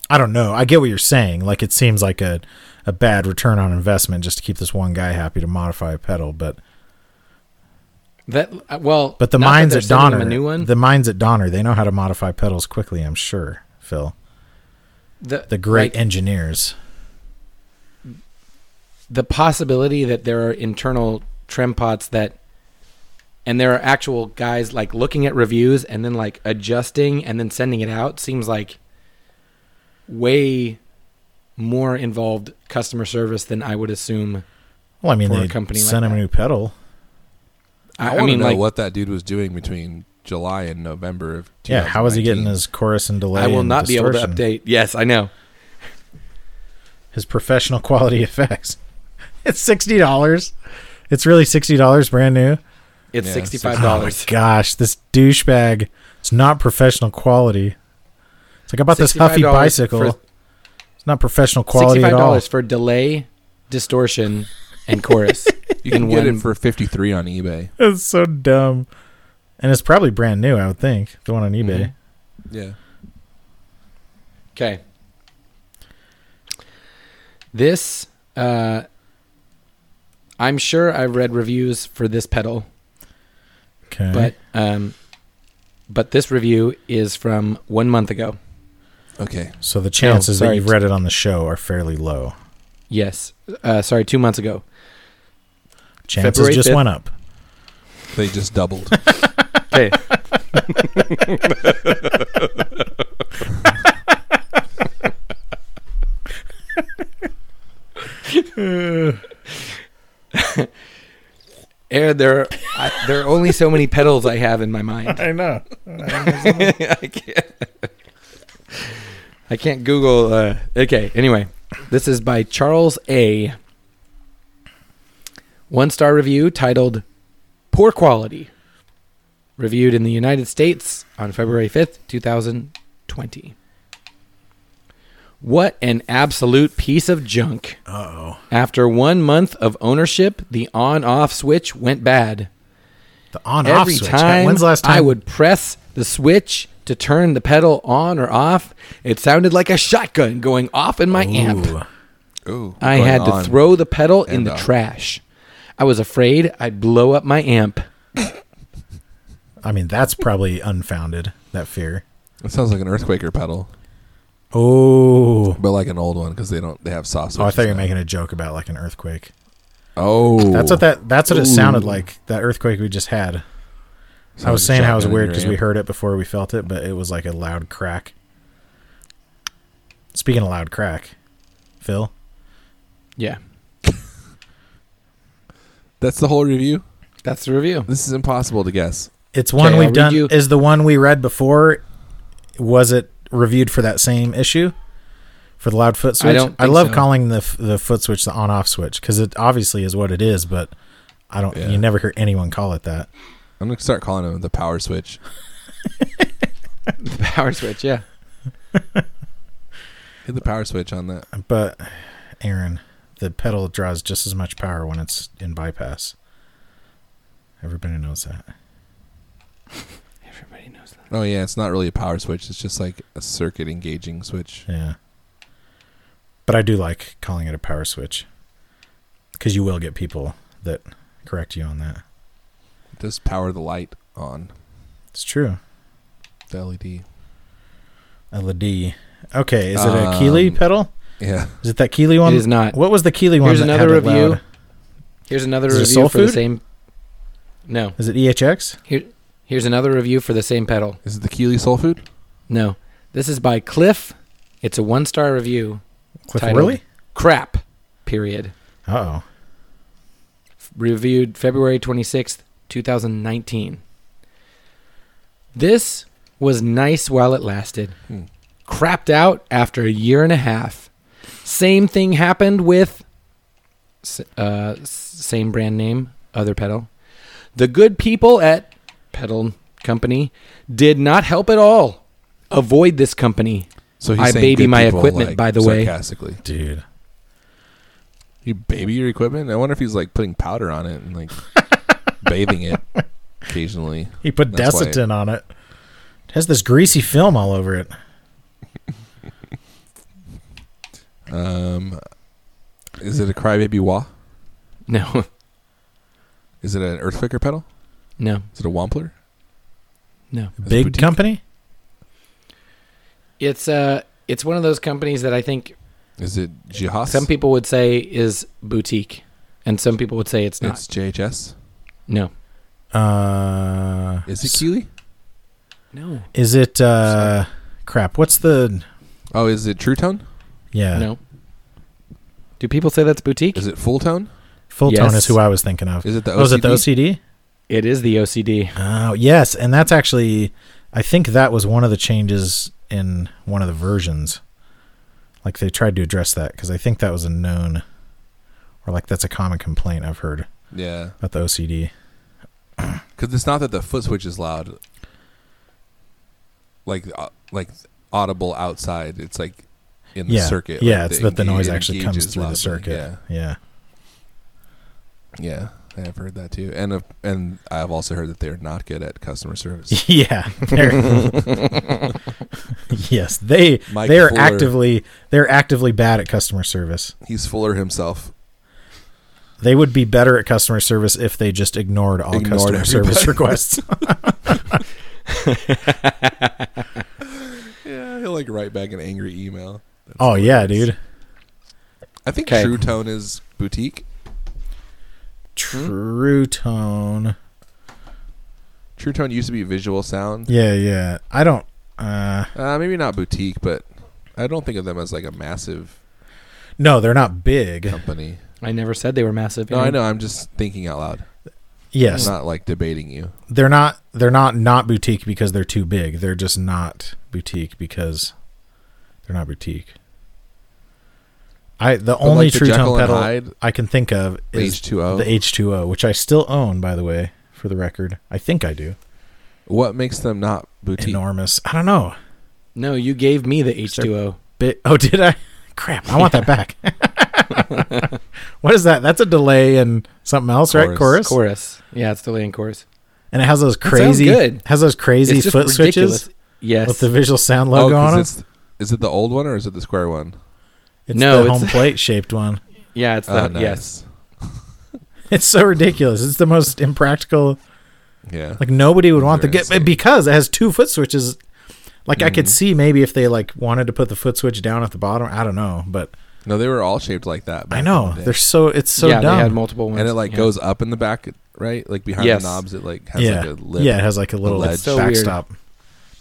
I don't know. I get what you're saying. Like it seems like a, a bad return on investment just to keep this one guy happy to modify a pedal, but
That uh, well,
but the
not that
mines
they're
at
sending
Donner,
him a new one.
the mines at Donner, they know how to modify pedals quickly. I'm sure, Phil. The great
like,
engineers.
the possibility that there are internal trim pots that and there are actual guys like looking at reviews and then like adjusting and then sending it out seems like way more involved customer service than I would assume.
Well, I mean,
for a
they
company like
sent him
that.
a new pedal.
I,
I, I
wanna
mean,
know
like,
what that dude was doing between July and November of.
Yeah, how is he getting
2019.
his chorus and delay?
I will
and
not be able to
distortion?
update. Yes, I know.
his professional quality effects. it's sixty dollars. It's really sixty dollars brand new.
It's
Yeah,
sixty-five
Oh my
dollars.
gosh, this douchebag! It's not professional quality. It's like I bought this huffy
$65
bicycle.
for-
it's not professional quality
Sixty-five
at all.
dollars for delay, distortion, and chorus.
You can
In
get
one-
it for 53 on eBay.
It's so dumb, and it's probably brand new. I would think the one on
Mhm.
eBay.
Yeah.
Okay. This, uh, I'm sure I've read reviews for this pedal,
Okay,
but um, but this review is from one month ago.
Okay.
so the chances that
sorry.
you've read it on the show are fairly low.
Yes, uh, sorry, two months ago.
Chances
February
just
5th.
went up.
They just doubled.
Okay. Aaron, there are, I, there are only so many pedals I have in my mind.
I know.
I can't. I can't Google. Uh, okay. Anyway, this is by Charles A. One star review titled "Poor Quality," reviewed in the United States on February fifth, two thousand twenty. What an absolute piece of junk!
Uh oh.
After one month of ownership, the on-off switch went bad
The on off
every
switch.
time,
When's the last time
I would press the switch to turn the pedal on or off, it sounded like a shotgun going off in my amp.
Ooh.
Ooh.
I
going
had to
on.
throw the pedal in
and
the
off.
trash. I was afraid I'd blow up my amp.
I mean, that's probably unfounded. That fear.
It sounds like an earthquaker pedal,
Oh.
but like an old one because they don't. They have sauce.
Oh, I thought you were making a joke about like an earthquake.
Oh,
That's what that. That's what it sounded
Ooh.
like. That earthquake we just had.
Sounds
I was
like a
saying how it was
shotgun in
weird
your
because we
amp.
heard it before we felt it, but it was like a loud crack. Speaking of loud crack, Phil,
Yeah,
That's the whole review.
that's the review.
This is impossible to guess.
it's one
Okay, I'll
we've
read
done.
you-
Is the one we read before? Was it reviewed for that same issue? For the loud foot switch,
don't think
love
so.
calling the f- the foot switch the on off switch because it obviously is what it is, but I don't.
Yeah.
You never hear anyone call it that.
I'm gonna start calling them the power switch.
The power switch. Yeah,
Hit the power switch on that.
But Aaron, the pedal draws just as much power when it's in bypass. Everybody knows that.
everybody knows that.
Oh yeah, it's not really a power switch. It's just like a circuit engaging switch.
Yeah. But I do like calling it a power switch. Because you will get people that correct you on that.
It does power the light on
It's true.
the E LED.
LED. E Okay, is it a Keeley
Um,
pedal?
Yeah,
Is it that Keeley one?
It is not.
What was the Keeley one?
Here's
that
another
had it
review.
loud?
Here's another
Is it
review
soul
for the
food?
same. No.
Is it E EHX?
Here, here's another review for the same pedal.
is it the Keeley Soul Food?
No, this is by Cliff. It's a one-star review.
Cliff
Titled-
Willie?
Crap. Period.
Uh oh.
reviewed February 26th, 2019. This was nice while it lasted.
Hmm.
Crapped out after a year and a half. Same thing happened with s- uh, s- same brand name, other pedal. The good people at Pedal Company did not help at all. Avoid this company.
So
I
saying
baby
good
my
people,
equipment,
like,
by the way.
sarcastically.
Dude.
You baby your equipment? I wonder if he's like putting powder on it and like bathing it occasionally.
He put
That's why-
Desitin on it. It has this greasy film all over it.
Um, is it a crybaby wah?
No,
Is it an earthquaker pedal?
no,
Is it a wampler?
no.
Is it
Big
boutique?
company?
It's uh, it's one of those companies that I think
Is it Jihas?
Some people would say is boutique, and some people would say it's not.
It's JHS.
no,
Uh,
Is it Keeley?
no,
Is it uh crap? What's the
Oh, is it True Tone?
yeah?
no. Do people say that's boutique?
Is it Full Tone?
Full tone
Yes.
is who I was thinking of.
Is it the
Oh, is it the
OCD?
OCD?
It is the OCD.
Oh, yes, and that's actually I think that was one of the changes in one of the versions. Like they tried to address that because I think that was a known or like that's a common complaint I've heard
Yeah,
about the OCD.
because it's not that the foot switch is loud, like uh, like audible outside. It's like in the
yeah,
circuit.
yeah,
like
it's
the
that the
enga-
noise
it
actually comes
engages
through
loudly.
the circuit.
Yeah,
yeah.
yeah, I've heard that too, and uh, and I've also heard that they're not good at customer service.
Yeah. they're- yes, they
Mike
they're
Fuller.
actively they're actively bad at customer service.
He's Fuller himself.
They would be better at customer service if they just ignored all
Ignored
customer service
everybody.
requests.
Yeah, he'll like write back an angry email.
oh yeah, dude.
I think
Okay.
True Tone is boutique.
True tone.
True Tone used to be Visual Sound.
Yeah, yeah. I don't uh
Uh, maybe not boutique, but I don't think of them as like a massive
no, they're not big.
company.
I never said they were massive.
No, I
Aaron.
know. I'm just thinking out loud.
Yes.
I'm not like debating you.
They're not they're not not boutique because they're too big. They're just not boutique because they're not boutique. I the
But,
only
like, the
true
Jekyll and
tone pedal
Hyde,
I can think of
the
is
H2O.
the H2O, which I still own, by the way, for the record. I think I do.
what makes them not boutique?
Enormous. I don't know.
No, you gave me the H2O.
Bit. Oh, did I? Crap. I want that back. what is that? That's a delay and something else, right?
Chorus.
Chorus.
Chorus. Yeah, it's delaying chorus.
And it has those
sounds
crazy.
good.
Has those crazy
it's just
foot
ridiculous.
switches
Yes.
with the visual sound
Oh,
logo
'cause
on them. It's,
it's, is it the old one or is it the square one?
No,
the
it's-
home plate shaped one.
yeah, it's the
Oh, nice.
yes.
It's so ridiculous. It's the most impractical.
Yeah.
Like nobody would want the
Very
get
sick.
because it has two foot switches. Like I could see maybe if they like wanted to put the foot switch down at the bottom. I don't know, but
no, they were all shaped like that. back
I
in
know
the day.
they're so it's so
yeah,
dumb.
they had multiple ones.
and it like
yeah.
goes up in the back, right? Like behind
Yes.
the knobs, it like has
yeah,
like a lip.
yeah, it has like a little
ledge.
So weird.
backstop.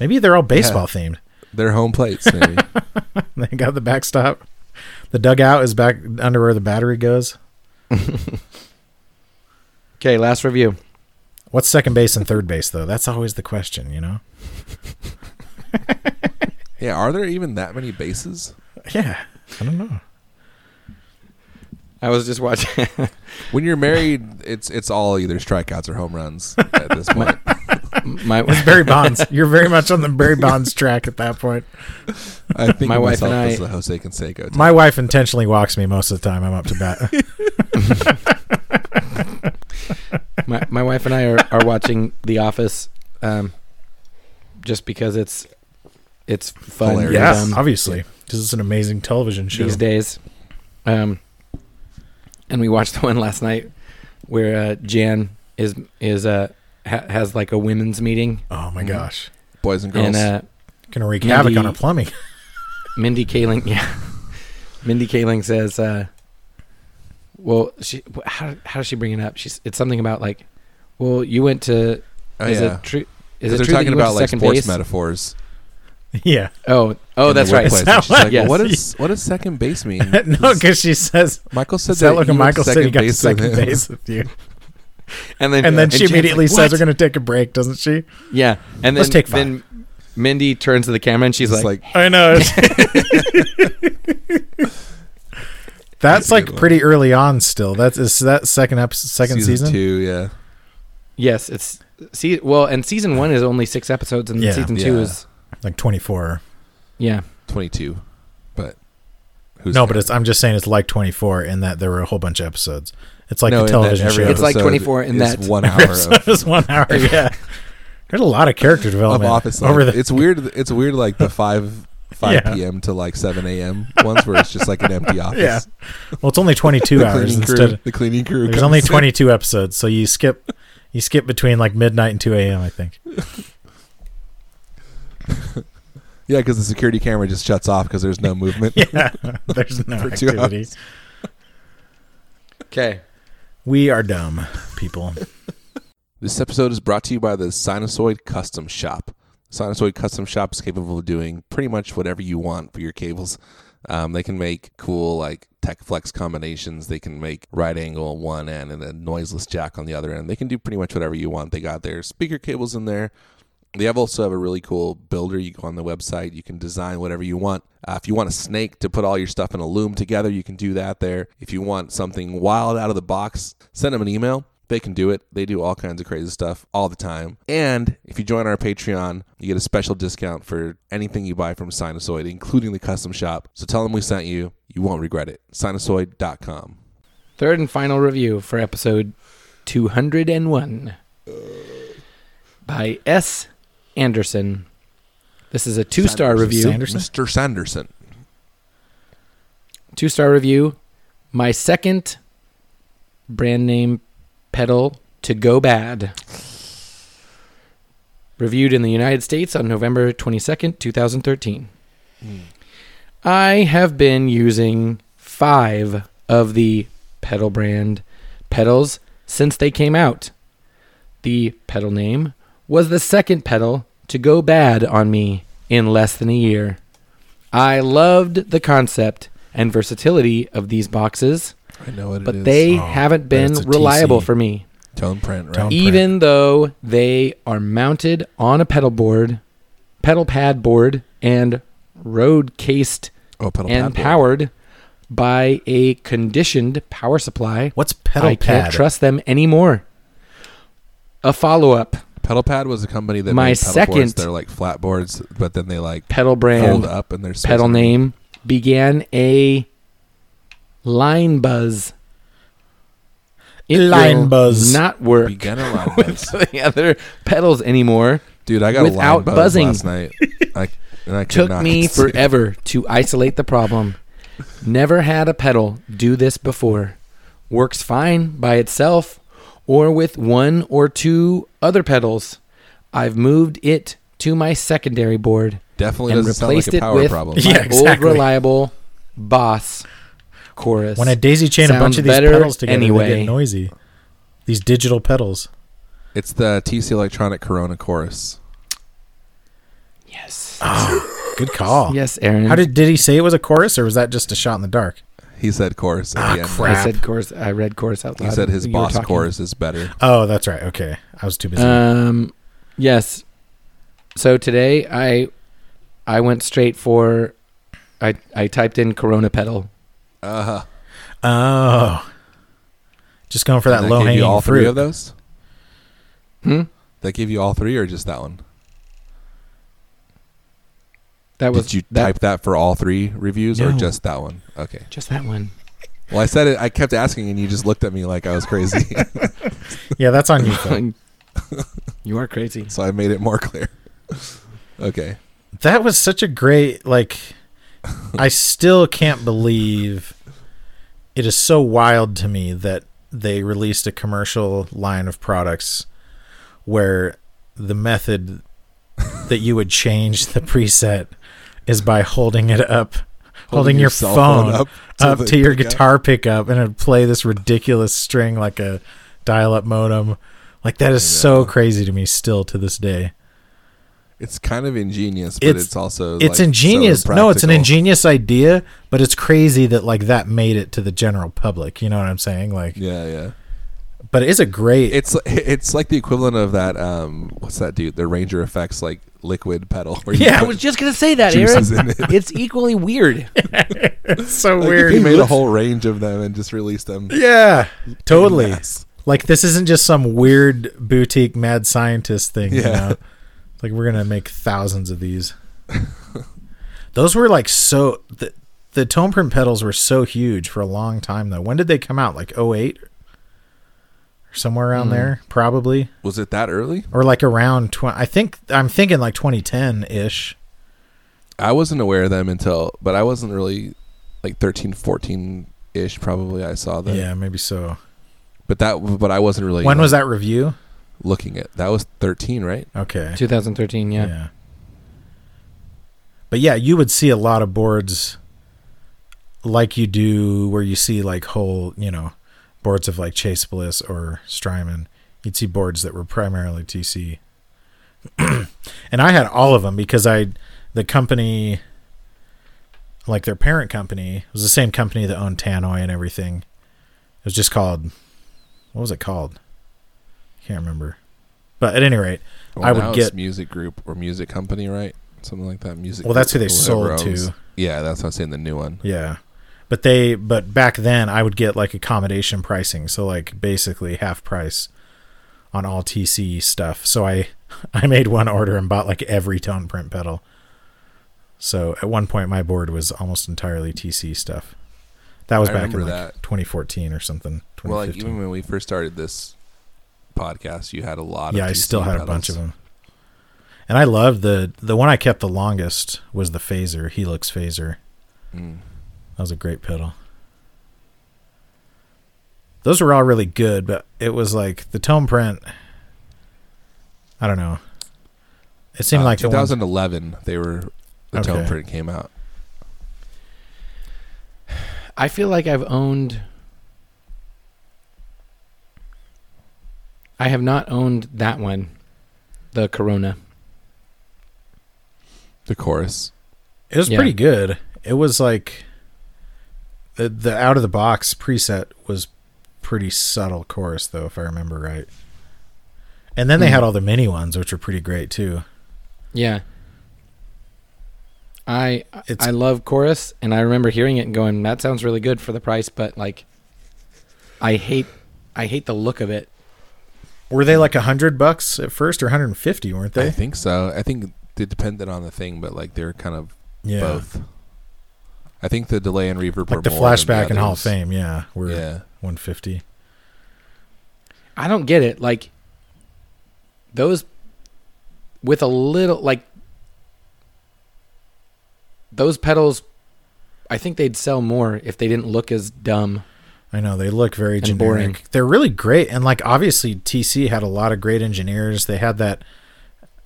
Maybe they're all baseball themed.
They're home plates. Maybe.
They got the backstop. The dugout is back under where the battery goes.
Okay, last review.
What's second base and third base though? That's always the question, you know.
yeah. Are there even that many bases?
Yeah, I don't know.
I was just watching.
When you're married, it's it's all either strikeouts or home runs at this point.
my
Barry Bonds, you're very much on the Barry Bonds track at that point.
I think
My
of
wife and
myself
I-
as the Jose Canseco. type.
My wife intentionally walks me most of the time I'm up to bat.
my, my wife and I are, are watching The Office, um, just because it's it's fun and
Hilarious.
dumb
yeah, obviously, because it's an amazing television show.
these days. Um, and we watched the one last night where uh, Jan is is uh, ha- has like a women's meeting,
Oh my
Mhm.
gosh,
boys and girls.
and uh,
gonna wreak havoc on
Mindy-
our plumbing.
Mindy Kaling, yeah, Mindy Kaling says, uh, well, she wh- how how does she bring it up? She's it's something about like, well, you went to
oh
is
yeah.
it true? Is
'Cause they're
it true that
talking
you went
about
to
like
second
sports
base?
metaphors.
yeah,
Oh, oh,
in
that's
the
right.
workplace.
Is that
And she's like,
what-
what
Yes.
is what does second base mean?
no, because she says
Michael said
Sat
that,
look
you went
at Michael said he got to
base with
second
him.
base with you.
And then
And then she
Jan's like,
immediately
"What?"
says we're gonna take a break, doesn't she?
Yeah, and then
Let's take five.
then Mindy turns to the camera and she's
It's
like,
like,
I know. That's
a
like
good one.
pretty early on still. That's is that second episode second season?
two, yeah.
"Yes, it's see well." And season one is only six episodes, and
Yeah.
season two
Yeah.
is
Like twenty four.
yeah.
Twenty two. But who's
No, but it's I'm just saying it's like twenty four in that there were a whole bunch of episodes. It's like
No,
the
in that
television
every
show.
It's like
episode
24 in
is
that-
one hour of,
It's one hour, yeah. There's a lot of character
of
development
office.
over
life.
the
it's weird it's weird like the five five
Yeah.
PM to like seven AM ones where it's just like an empty office.
Yeah. Well, it's only 22
The
hours
cleaning crew,
instead.
the cleaning crew.
There's
comes
only
in.
22 episodes, so you skip you skip between like midnight and 2 a.m. I think.
Yeah, because the security camera just shuts off because there's no movement.
Yeah, there's no
For two
activity.
Okay,
We are dumb people.
This episode is brought to you by the Sinusoid Custom Shop. Sinusoid Custom Shop is capable of doing pretty much whatever you want for your cables. Um, they can make cool like tech flex combinations. They can make right angle on one end and a noiseless jack on the other end. They can do pretty much whatever you want. They got their speaker cables in there. They have also have a really cool builder. You go on the website, you can design whatever you want. Uh, if you want a snake to put all your stuff in a loom together, you can do that there. If you want something wild out of the box, send them an email. They can do it. They do all kinds of crazy stuff all the time. And if you join our Patreon, you get a special discount for anything you buy from Sinusoid, including the custom shop. So tell them we sent you. You won't regret it. Sinusoid.com.
Third and final review for episode 201 by S. Anderson. This is a two star
Sanderson-
review.
Sanderson?
Mr. Sanderson.
Two star review. My second brand name pedal to go bad. Reviewed in the United States on November 22nd, 2013. I have been using five of the pedal brand pedals since they came out. The pedal name was the second pedal to go bad on me in less than a year. I loved the concept and versatility of of these boxes,
I know what
but they
Oh,
haven't
but
been
it's a
reliable
TC.
for me.
Tone print, right?
Tone- print.
Even though they are mounted on a pedal board, pedal pad board, and road cased
Oh, pedal pad
and
board.
powered by a conditioned power supply,
What's pedal
I
pad?
can't trust them anymore. A follow up
Pedal pad was a company that
My
made pedal
second-
boards. They're like flat boards, but then they like
pedal brand
fold up and they're supposed
pedal
to-
name began a line buzz. It
Line
will
buzz.
not work
Beginner line buzz.
with the other pedals anymore.
Dude, I got a line
Without
buzz
buzzing.
last night. I, and I could
Took
not
me
consider-
forever to isolate the problem. Never had a pedal do this before. Works fine by itself or with one or two other pedals. I've moved it to my secondary board
Definitely
and
doesn't sound like
replaced
a
it
power
with
problem.
my
Yeah,
old
exactly.
reliable boss chorus.
When I daisy chain a
Sounds
bunch of these
better
pedals together, they
anyway.
get noisy. These digital pedals.
It's the TC Electronic Corona chorus.
yes,
Good call.
yes, Aaron.
Oh. How did did he say it was a chorus or was that just a shot in the dark?
He said chorus
Ah,
at the end.
crap.
I said chorus? I read chorus out loud.
He said his
You were
boss
talking.
chorus is better.
Oh, that's right. Okay, I was too busy.
Um, yes. So today I, I went straight for, I I typed in Corona pedal.
Uh,
oh, just going for that
and
low
gave you
hanging
all
fruit.
three of those.
Hmm?
That gave you all three, or just that one?
That was
Did you
that,
type that for all three reviews, or
No.
just that one? Okay.
just that one.
Well, I said it. I kept asking, and you just looked at me like I was crazy.
Yeah, that's on you. Phil.
you are crazy.
so I made it more clear. Okay.
that was such a great like. I still can't believe it is so wild to me that they released a commercial line of products where the method that you would change the preset is by holding it up, holding, your,
cell
phone, up,
so they
to your
pick up.
guitar pickup, and it'd play this ridiculous string like a dial-up modem. Like that is so crazy to me still to this day.
It's kind of ingenious, but it's,
It's-
also like,
It's
so
ingenious. no, it's an
impractical.
ingenious idea, but it's crazy that like that made it to the general public. You know what I'm saying? Like,
Yeah, yeah.
but it is a great.
It's it's like the equivalent of that. Um, what's that dude? The Ranger Effects like liquid pedal. Where you
Yeah,
I
put
was just gonna say that, Aaron.
juices in it.
It's equally weird.
it's so
Like,
weird.
If you made a whole range of them and just released them.
yeah, totally.
Yes.
Like this isn't just some weird boutique mad scientist thing. You
Yeah.
know? Like we're gonna make thousands of these. Those were like so. The, the tone print pedals were so huge for a long time though. When did they come out? Like 08? Somewhere
Hmm.
around there, probably.
Was it that early?
or like around 20 i think i'm thinking like 2010-ish
I wasn't aware of them until, but I wasn't really like 13, 14 ish. Probably I saw them.
yeah maybe so
But that, but I wasn't really.
when
like,
was that review
looking at? That was 13, right?
okay
2013. Yeah.
but yeah you would see a lot of boards like you do where you see like whole you know boards of like chase bliss or strymon you'd see boards that were primarily tc and i had all of them because i the company like their parent company was the same company that owned tannoy and everything it was just called what was it called can't remember but at any rate
Well,
I
now
would
it's
get-
music group or music company, right? Something like that. Music.
well, that's who
Group
they
or whoever
sold
owns-
to.
Yeah, that's what I'm saying. The new one.
Yeah. But they but back then I would get like accommodation pricing, so like basically half price on all TC stuff. So I I made one order and bought like every tone print pedal. So at one point my board was almost entirely TC stuff. That was
I
back in like
remember that.
2014 or something.
Well, like
2015.
even when we first started this podcast, you had a lot.
yeah,
of
I
TC
still had a
pedals. Uh,
bunch of them. And I loved the the one I kept the longest was the phaser, Helix phaser.
Mm.
That was a great pedal. Those were all really good, but it was like the tone print. I don't know. It seemed
Uh,
like the ones,
2011. They were the tone
Okay.
print came out.
I feel like I've owned. I have not owned that one, the Corona.
The chorus.
it was
yeah.
pretty good. It was like the the out of the box preset was pretty subtle chorus though, if I remember right. And then they
Hmm.
Mhm.
had all the mini ones, which were pretty great too.
Yeah. I
It's-
I love chorus, and I remember hearing it and going, "That sounds really good for the price," but like, I hate I hate the look of it.
Were they like a hundred bucks at first or 150, weren't
I
they?
think so. I think it depended on the thing, but like they were kind of
Yeah.
both. I think the delay and reverb were
Like the
more than
flashback and Hall of
others.
Fame, yeah. Were
Yeah,
150.
I don't get it. Like those with a little like those pedals I think they'd sell more if they didn't look as dumb.
I know they look very
And
generic.
boring.
They're really great, and like obviously TC had a lot of great engineers. They had that.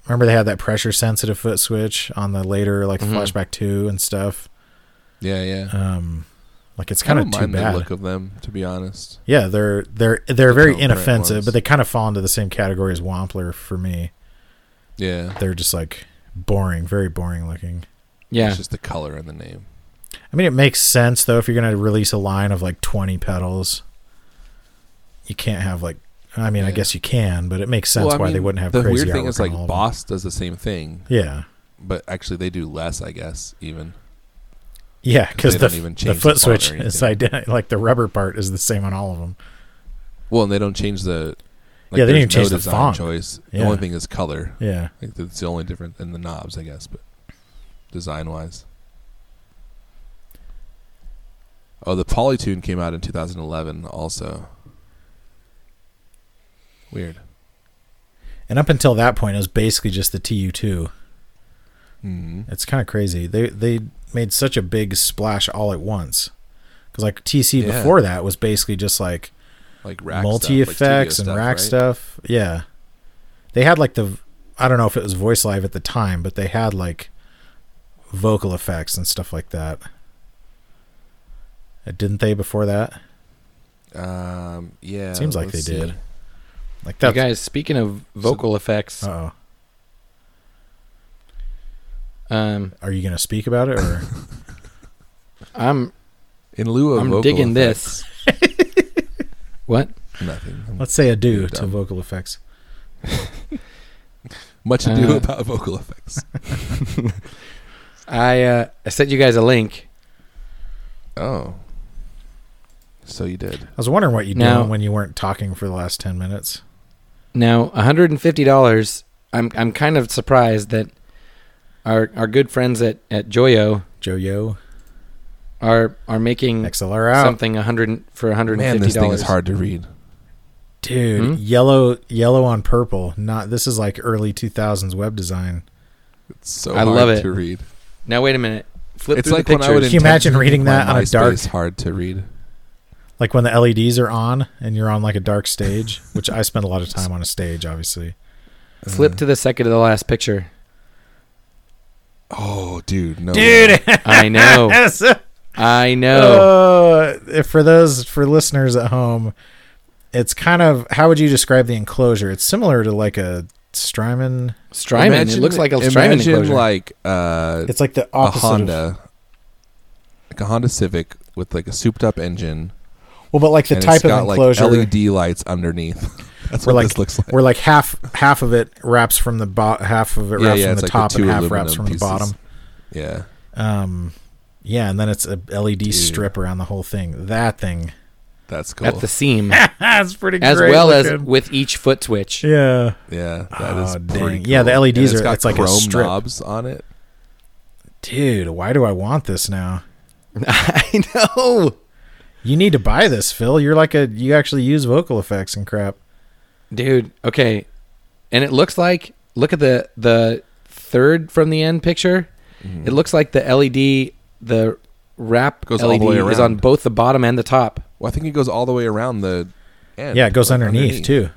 Remember they had that pressure sensitive foot switch on the later like
Mm-hmm.
Mhm.
flashback two and stuff.
yeah, yeah.
Um, like it's kind
I
of
don't
too
mind
bad.
the look of them, to be honest.
yeah, they're they're they're
The
very
tone print
inoffensive,
ones.
but they kind of fall into the same category as Wampler for me.
Yeah,
They're just like boring, very boring looking.
Yeah.
it's just the color and the name.
I mean, it makes sense though if you're gonna release a line of like 20 pedals. You can't have like. I mean, I
Yeah.
guess you can, but it makes sense
Well, I
why they
mean,
wouldn't have
the
crazy
weird thing
artwork
is
on
like
all of them.
Boss does the same thing,
Yeah,
but actually they do less, I guess. Even
yeah, because
they
the,
don't even
the
change the font
foot
or
switch is
anything.
identical. Like the rubber part is the same on all of them.
well, and they don't change the.
Yeah, they didn't
there's
even change the
design
font.
choice.
Yeah.
The only thing is color.
Yeah,
Like that's the only difference in the knobs, I guess, but design wise. Oh, the Polytune came out in 2011 also. Weird.
and up until that point, it was basically just the Tu2.
hmm
It's kind of crazy. They they made such a big splash all at once. Because like TC
Yeah.
before that was basically just like
Like rack
multi effects
stuff, like studio
and rack
right?
stuff. Yeah, they had like the I don't know if it was Voice Live at the time, but they had like vocal effects and stuff like that. Uh, Didn't they before that?
Um, yeah.
Seems like
let's
they did.
see.
Like
You
that.
guys, speaking of vocal effects,
Oh,
um
are you gonna speak about it or?
I'm
In lieu of
I'm
vocal
digging
effects,
what?
Nothing.
Let's say adieu
You're
to
dumb.
vocal effects.
Much ado
Uh,
about vocal effects.
I uh I sent you guys a link.
Oh. So you did.
I was wondering what you
Now-
doing when you weren't talking for the last ten minutes.
Now, $150. I'm I'm kind of surprised that our our good friends at at Joyo
Joyo
are are making
XLR out,
something 100 for 150
Man, this thing is hard to read.
Hmm?
dude. Yellow, yellow on purple. Not this is like early two thousands web design.
It's so
I
hard
love it.
to read.
Now wait a minute. Flip
It's
through
like
the
when I
pictures.
would
Can you imagine reading that
My
on a dark?
MySpace hard to read.
Like when the LEDs are on and you're on like a dark stage, which I spend a lot of time on a stage, obviously.
Flip to the second to the last picture.
Oh, dude, no. way.
Dude,
I know.
yes.
I know.
Oh, if for those for listeners at home, it's kind of how would you describe the enclosure? It's similar to like a Strymon.
Strymon. it looks like a Strymon
imagine
enclosure.
like uh,
It's like the
a
opposite. of-
Honda, like a Honda Civic with like a souped-up engine.
well, but like the
and
type
it's got
of enclosure
like E LED lights underneath. That's
We're
what
like-
this looks like.
where like half half of it wraps from the bo- half of it
Yeah,
wraps
yeah,
from
it's
the
like the
top
two
and half
aluminum
wraps from
pieces.
the bottom.
Yeah,
Um, Yeah, and then it's a LED strip around the whole thing. That thing.
That's cool.
at the seam,
That's pretty
as well as with each foot switch.
Yeah.
yeah, that
Oh,
is pretty
dang. Yeah, the
cool.
LEDs
And
are-
got
it's like a
chrome
strip.
knobs on it.
Dude, why do I want this now?
I know,
You need to buy this, Phil. You're like a you actually use vocal effects and crap.
dude. Okay, and it looks like look at the the third from the end picture. It looks like the LED, the wrap
Goes all the
LED
way
is on
around.
both the bottom and the top.
Well, I think it goes all the way around the end.
Yeah, it goes
like,
underneath, too.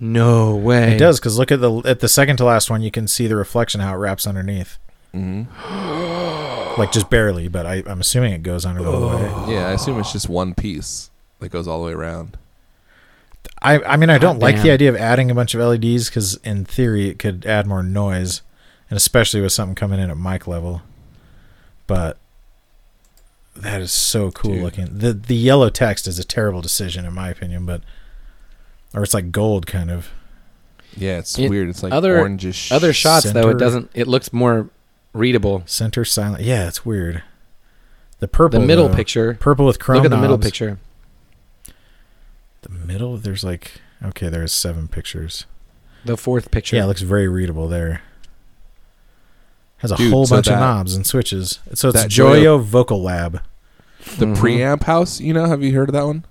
No way.
It does because look at the at the second to last one. You can see the reflection how it wraps underneath. Mm-hmm. like just barely, but I, I'm assuming it goes under the whole way.
Yeah, I assume it's just one piece that goes all the way around.
I I mean I don't
Hot
like the
damn.
idea of adding a bunch of LEDs because in theory it could add more noise, and especially with something coming in at mic level. But that is so cool
Dude.
looking. the The yellow text is a terrible decision in my opinion, but or it's like gold kind of.
Yeah, it's
It-
weird. It's like
other-
orangish.
Other shots though,
Center.
it doesn't. It looks more readable.
Center silent. Yeah, it's weird. The purple.
The middle
though-
picture.
Purple with chrome.
Look at the middle
knobs.
picture.
The middle. There's like okay. There's seven pictures.
The fourth picture.
Yeah, it looks very readable there. Has a
Dude,
whole
so
bunch
that-
of knobs and switches. So it's
that Joyo-
Joyo Vocal Lab.
the
Mhm.
preamp house, you know, have you heard of that one?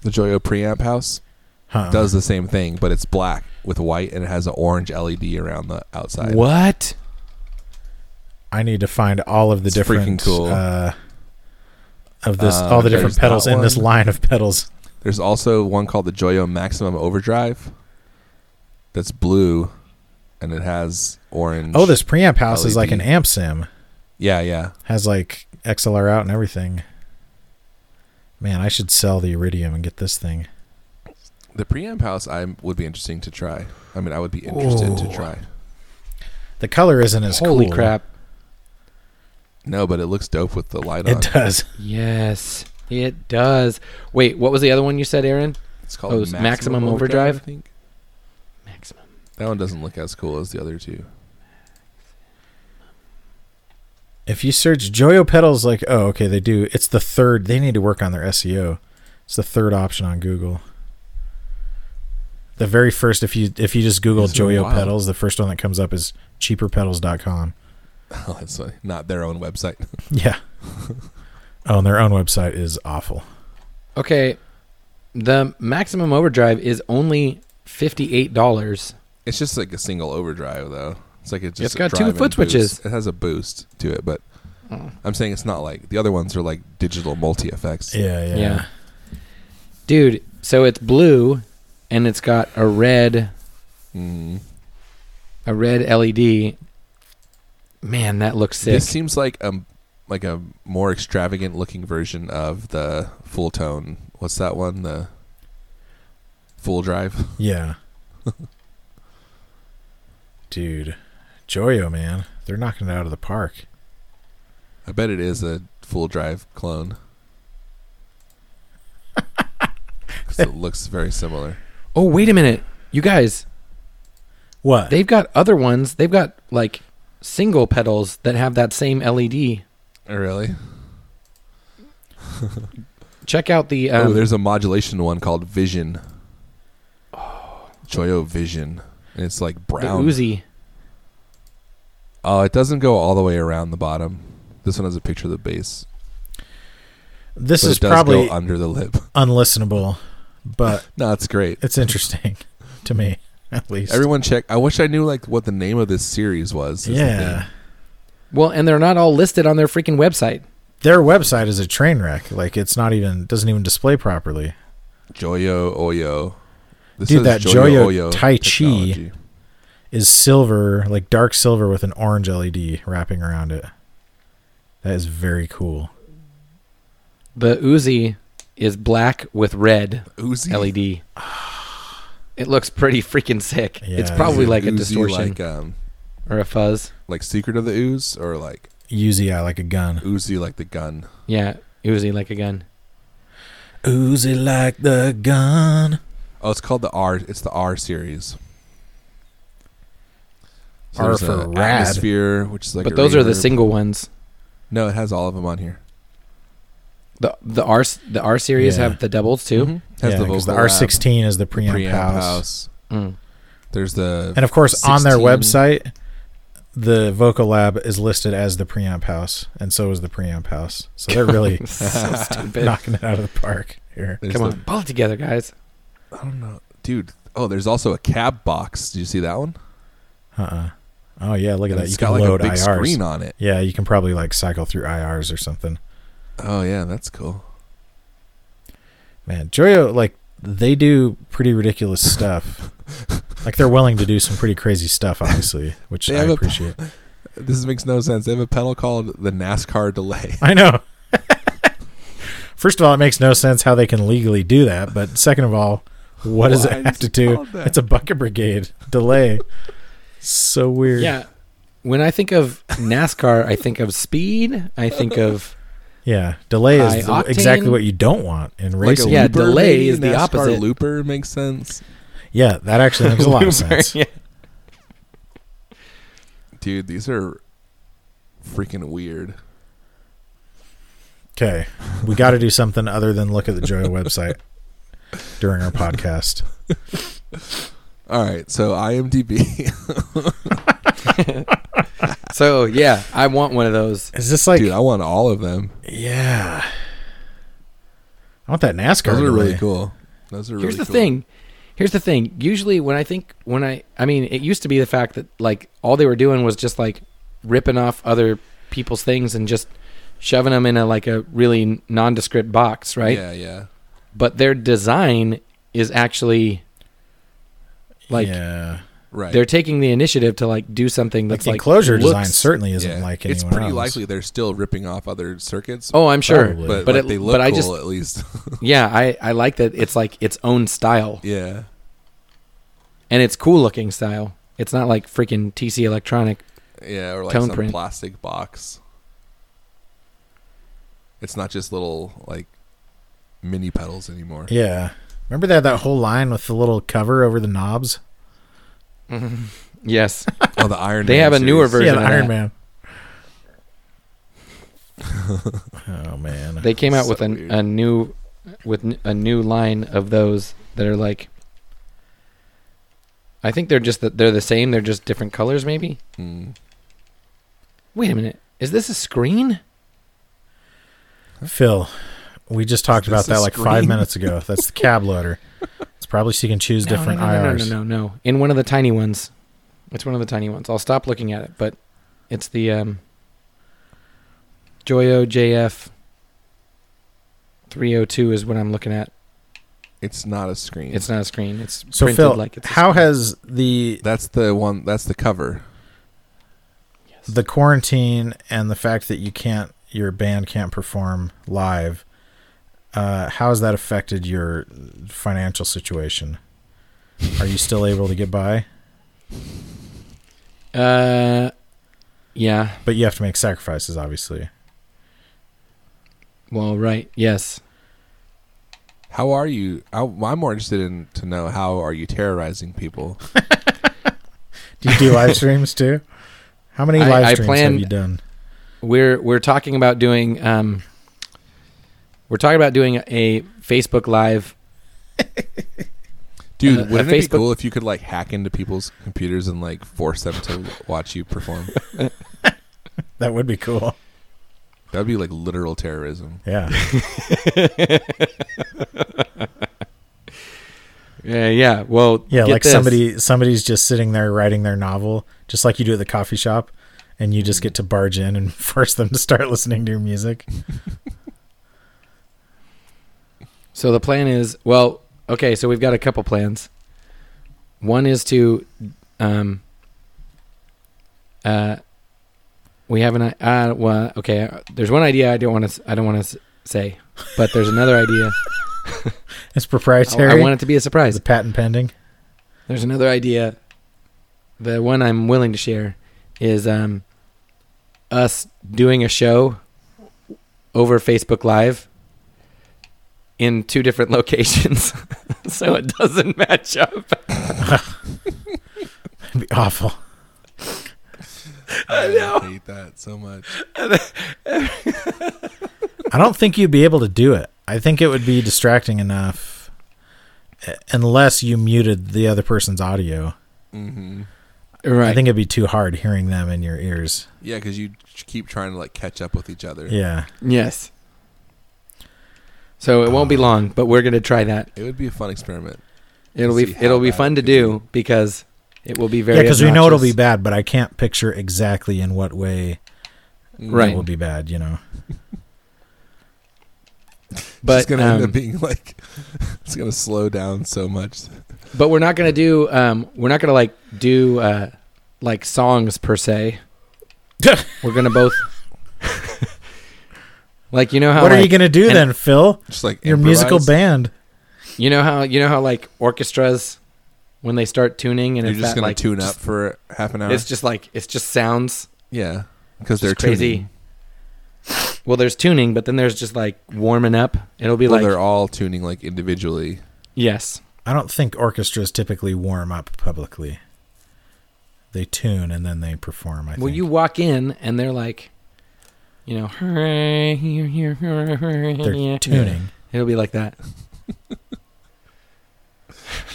The Joyo preamp house
Huh.
does the same thing, but it's black with white and it has an orange LED around the outside.
What?
I need to find all of the
It's
different
freaking cool.
uh, of this
Uh,
all the different
there's
pedals
that
in this
one.
line of pedals.
There's also one called the Joyo Maximum Overdrive that's blue and it has orange.
Oh, this preamp house is like an
LED.
amp sim.
Yeah, yeah.
Has like XLR out and everything. Man, I should sell the Iridium and get this thing.
The preamp house I would be interesting to try. I mean, I would be interested to
Ooh.
try.
The color isn't as
Holy
cool.
crap!
No, but it looks dope with the light on.
It does.
Yes, it does. Wait, what was the other one you said, Aaron?
It's called
Oh, it's Maximum Overdrive?
I think
Maximum.
that one doesn't look as cool as the other two.
If you search Joyo pedals, like oh okay, they do. It's the third. They need to work on their SEO. It's the third option on Google. The very first, if you if you just Google
These are
Joyo
wild.
pedals, the first one that comes up is cheaperpedals.com.
Oh, that's funny. Not their own website.
Yeah. oh, and their own website is awful.
Okay, the maximum overdrive is only fifty-eight dollars.
It's just like a single overdrive though. It's like it's just
It's got
a
two Oh.
drive-in
foot switches.
boost. It has a boost to it, but I'm saying it's not like the other ones are like digital multi effects.
Yeah, yeah.
Yeah. dude. So it's blue, and it's got a red,
Mm.
a red LED. Man, that looks sick.
This seems like a like a more extravagant looking version of the full tone. What's that one? The full drive.
Yeah. Dude, Joyo man, they're knocking it out of the park.
I bet it is a full drive clone. 'Cause it looks very similar.
oh, wait a minute, you guys.
What?
They've got other ones. They've got like single pedals that have that same E LED.
Oh, Really?
Check out the. Um,
oh, there's a modulation one called Vision. Joyo Vision. And it's like
the
brown.
Uzi.
Oh, it doesn't go all the way around the bottom. This one has a picture of the base.
this
but
is
it does
probably
go under the lip.
unlistenable, but
No, it's great.
it's interesting to me, at least.
Everyone check. I wish I knew like what the name of this series was. is the
yeah.
thing.
Well, and they're not all listed on their freaking website.
Their website is a train wreck. Like it's not even doesn't even display properly.
Joyo Oyo. This
Dude,
is
that Joyo
Oyo
Tai Chi.
technology.
Is silver, like dark silver with an orange LED wrapping around it. That is very cool.
The Uzi is black with red
Uzi.
LED. It looks pretty freaking sick. it's
Yeah,
probably
Is it
like a
Uzi
distortion
Like, um,
or a fuzz.
like Secret of the Ooze or like
Uzi, I like a gun.
Uzi like the gun.
Yeah, Uzi like a gun.
Uzi like the gun.
Oh, it's called the R. It's the R series.
R
there's
for
a
rad.
Atmosphere, which is like.
but
a
those are the
reverb.
single ones.
No, it has all of them on here.
The the R the R series
Yeah.
have the doubles too.
Mhm. Has
Mm-hmm. yeah,
the
'cause
vocal
the
lab,
R16 is the preamp,
preamp
house.
house.
Mm.
There's the
And of course, on their
16.
website, the Vocal Lab is listed as the preamp house, and so is the preamp house. So they're really
so stupid.
knocking it out of the park here.
there's
Come
the-
on, pull it together, guys.
I don't know, dude. Oh, there's also a cab box. Do you see that one?
Uh-uh. Oh yeah, look at
And
that.
It's
You
got
can
like a
load
big
IRs.
screen on it.
Yeah, you can probably like cycle through IRs or something.
Oh yeah, that's cool.
Man, Joyo like they do pretty ridiculous stuff. like they're willing to do some pretty crazy stuff, obviously, which
They
I
have a-
appreciate.
This makes no sense. They have a pedal called the NASCAR delay.
I know. First of all, it makes no sense how they can legally do that, but second of all, what does
Why
it
is
have to
it
do?
called that?
It's a bucket brigade delay. so weird.
Yeah. When I think of NASCAR, I think of speed. I think of
Yeah, delay
High
is the- exactly
octane.
what you don't want in
Like a
racing.
Yeah,
looper,
delay
maybe?
is the
NASCAR
opposite.
Looper makes sense,
yeah, that actually makes a lot of sense.
Yeah.
dude. These are freaking weird.
Okay, we got to do something other than look at the Joyo website during our podcast.
All right, so IMDb.
So yeah, I want one of those.
Is this like,
dude, I want all of them.
yeah? I want that NASCAR.
Those are really
delay.
cool. Those are really
Here's the
cool.
thing. Here's the thing. Usually when I think when I I mean, it used to be the fact that like all they were doing was just like ripping off other people's things and just shoving them in a like a really nondescript box, right?
Yeah, yeah.
But their design is actually like
yeah,
Right.
they're taking the initiative to like do something
like
that's
the
like,
enclosure design
looks-
certainly isn't
yeah.
like anyone
it's pretty
else.
likely they're still ripping off other circuits.
Oh, I'm sure.
Probably.
but,
but
like,
it-
they look
but I
cool
just-
at least.
Yeah, I, I like that it's like its own style
yeah.
and it's cool looking style. It's not like freaking TC Electronic.
Yeah, or like
Tone
some
print.
plastic box. It's not just little like mini pedals anymore.
Yeah. Remember that that whole line with the little cover over the knobs?
Yes.
Oh, the Iron.
They
Man
have a
series.
newer version.
yeah, the
of
Iron
that.
Man. oh man.
They came out
So
with an,
weird.
a new with n- a new line of those that are like I think they're just that they're the same, they're just different colors maybe.
Mm.
Wait a minute. Is this a screen?
Phil, we just talked
Is
about
this
that
a
like five
screen?
minutes ago. That's the cab loader. It's probably so you can choose different
no, no, no,
IRs.
no, no, no, no. In one of the tiny ones. It's one of the tiny ones. I'll stop looking at it, but it's the um Joyo JF 302 is what I'm looking at.
It's not a screen.
It's not a screen. It's
So
printed
Phil,
like it's a
how
screen.
has the
That's the one. That's the cover.
Yes.
the quarantine and the fact that you can't your band can't perform live uh, how has that affected your financial situation are you still able to get by
Uh, yeah.
but you have to make sacrifices obviously
Well, right. Yes.
How are you? I, I'm more interested in to know how are you terrorizing people.
do you do live streams too how many
I-
live
I
streams
plan-
have you done
We're we're talking about doing um. We're talking about doing a Facebook Live.
Dude,
Uh,
wouldn't
a
it be
Facebook-
cool if you could like hack into people's computers and like force them to watch you perform?
that would be cool
That'd be like literal terrorism.
yeah
Yeah, yeah. Well,
yeah
get
like
this.
somebody somebody's just sitting there writing their novel just like you do at the coffee shop and you
Mm.
just get to barge in and force them to start listening to your music
So the plan is well, okay. So we've got a couple plans. One is to, um. Uh, we have an i- uh well okay. uh, There's one idea I don't want to I don't want to say, but there's another idea.
it's
I,
proprietary
I want it to be a surprise.
is it patent pending
There's another idea. The one I'm willing to share is um, us doing a show over Facebook Live in two different locations, so it doesn't match up.
It'd be awful.
I know. hate that so much.
I don't think you'd be able to do it. I think it would be distracting enough uh, unless you muted the other person's audio.
hmm
Right.
I think it'd be too hard hearing them in your ears.
Yeah, because you ch- keep trying to like catch up with each other.
Yeah.
yes. So it won't be long, but we're gonna try that.
It would be a fun experiment.
It'll
See
be
how
it'll be
bad
fun
it
to
could be.
do because it will be very.
Yeah, because we know it'll be
obnoxious.
bad, but I can't picture exactly in what way
Right.
Mm-hmm.
it will be bad, you know?
But, it's
But
just gonna end
um,
up being like it's gonna slow down so much.
but we're not gonna do um we're not gonna like do uh like songs per se. we're gonna both. like you know how
what are
like,
you going to do
and-
then, Phil?
Just like
Your musical
improvise.
band.
You know how you know how like orchestras when they start tuning and
You're
it's
just
that,
gonna
like,
tune
just-
up for half an hour.
It's just like it's just sounds.
yeah, because
Just
they're
crazy.
Tuning.
Well, there's tuning, but then there's just like warming up. It'll be
Well,
like
they're all tuning like individually.
yes,
I don't think orchestras typically warm up publicly. They tune and then they perform. I
Well,
think.
you walk in and they're like, you know,
they're
they're
tuning.
It'll be like that.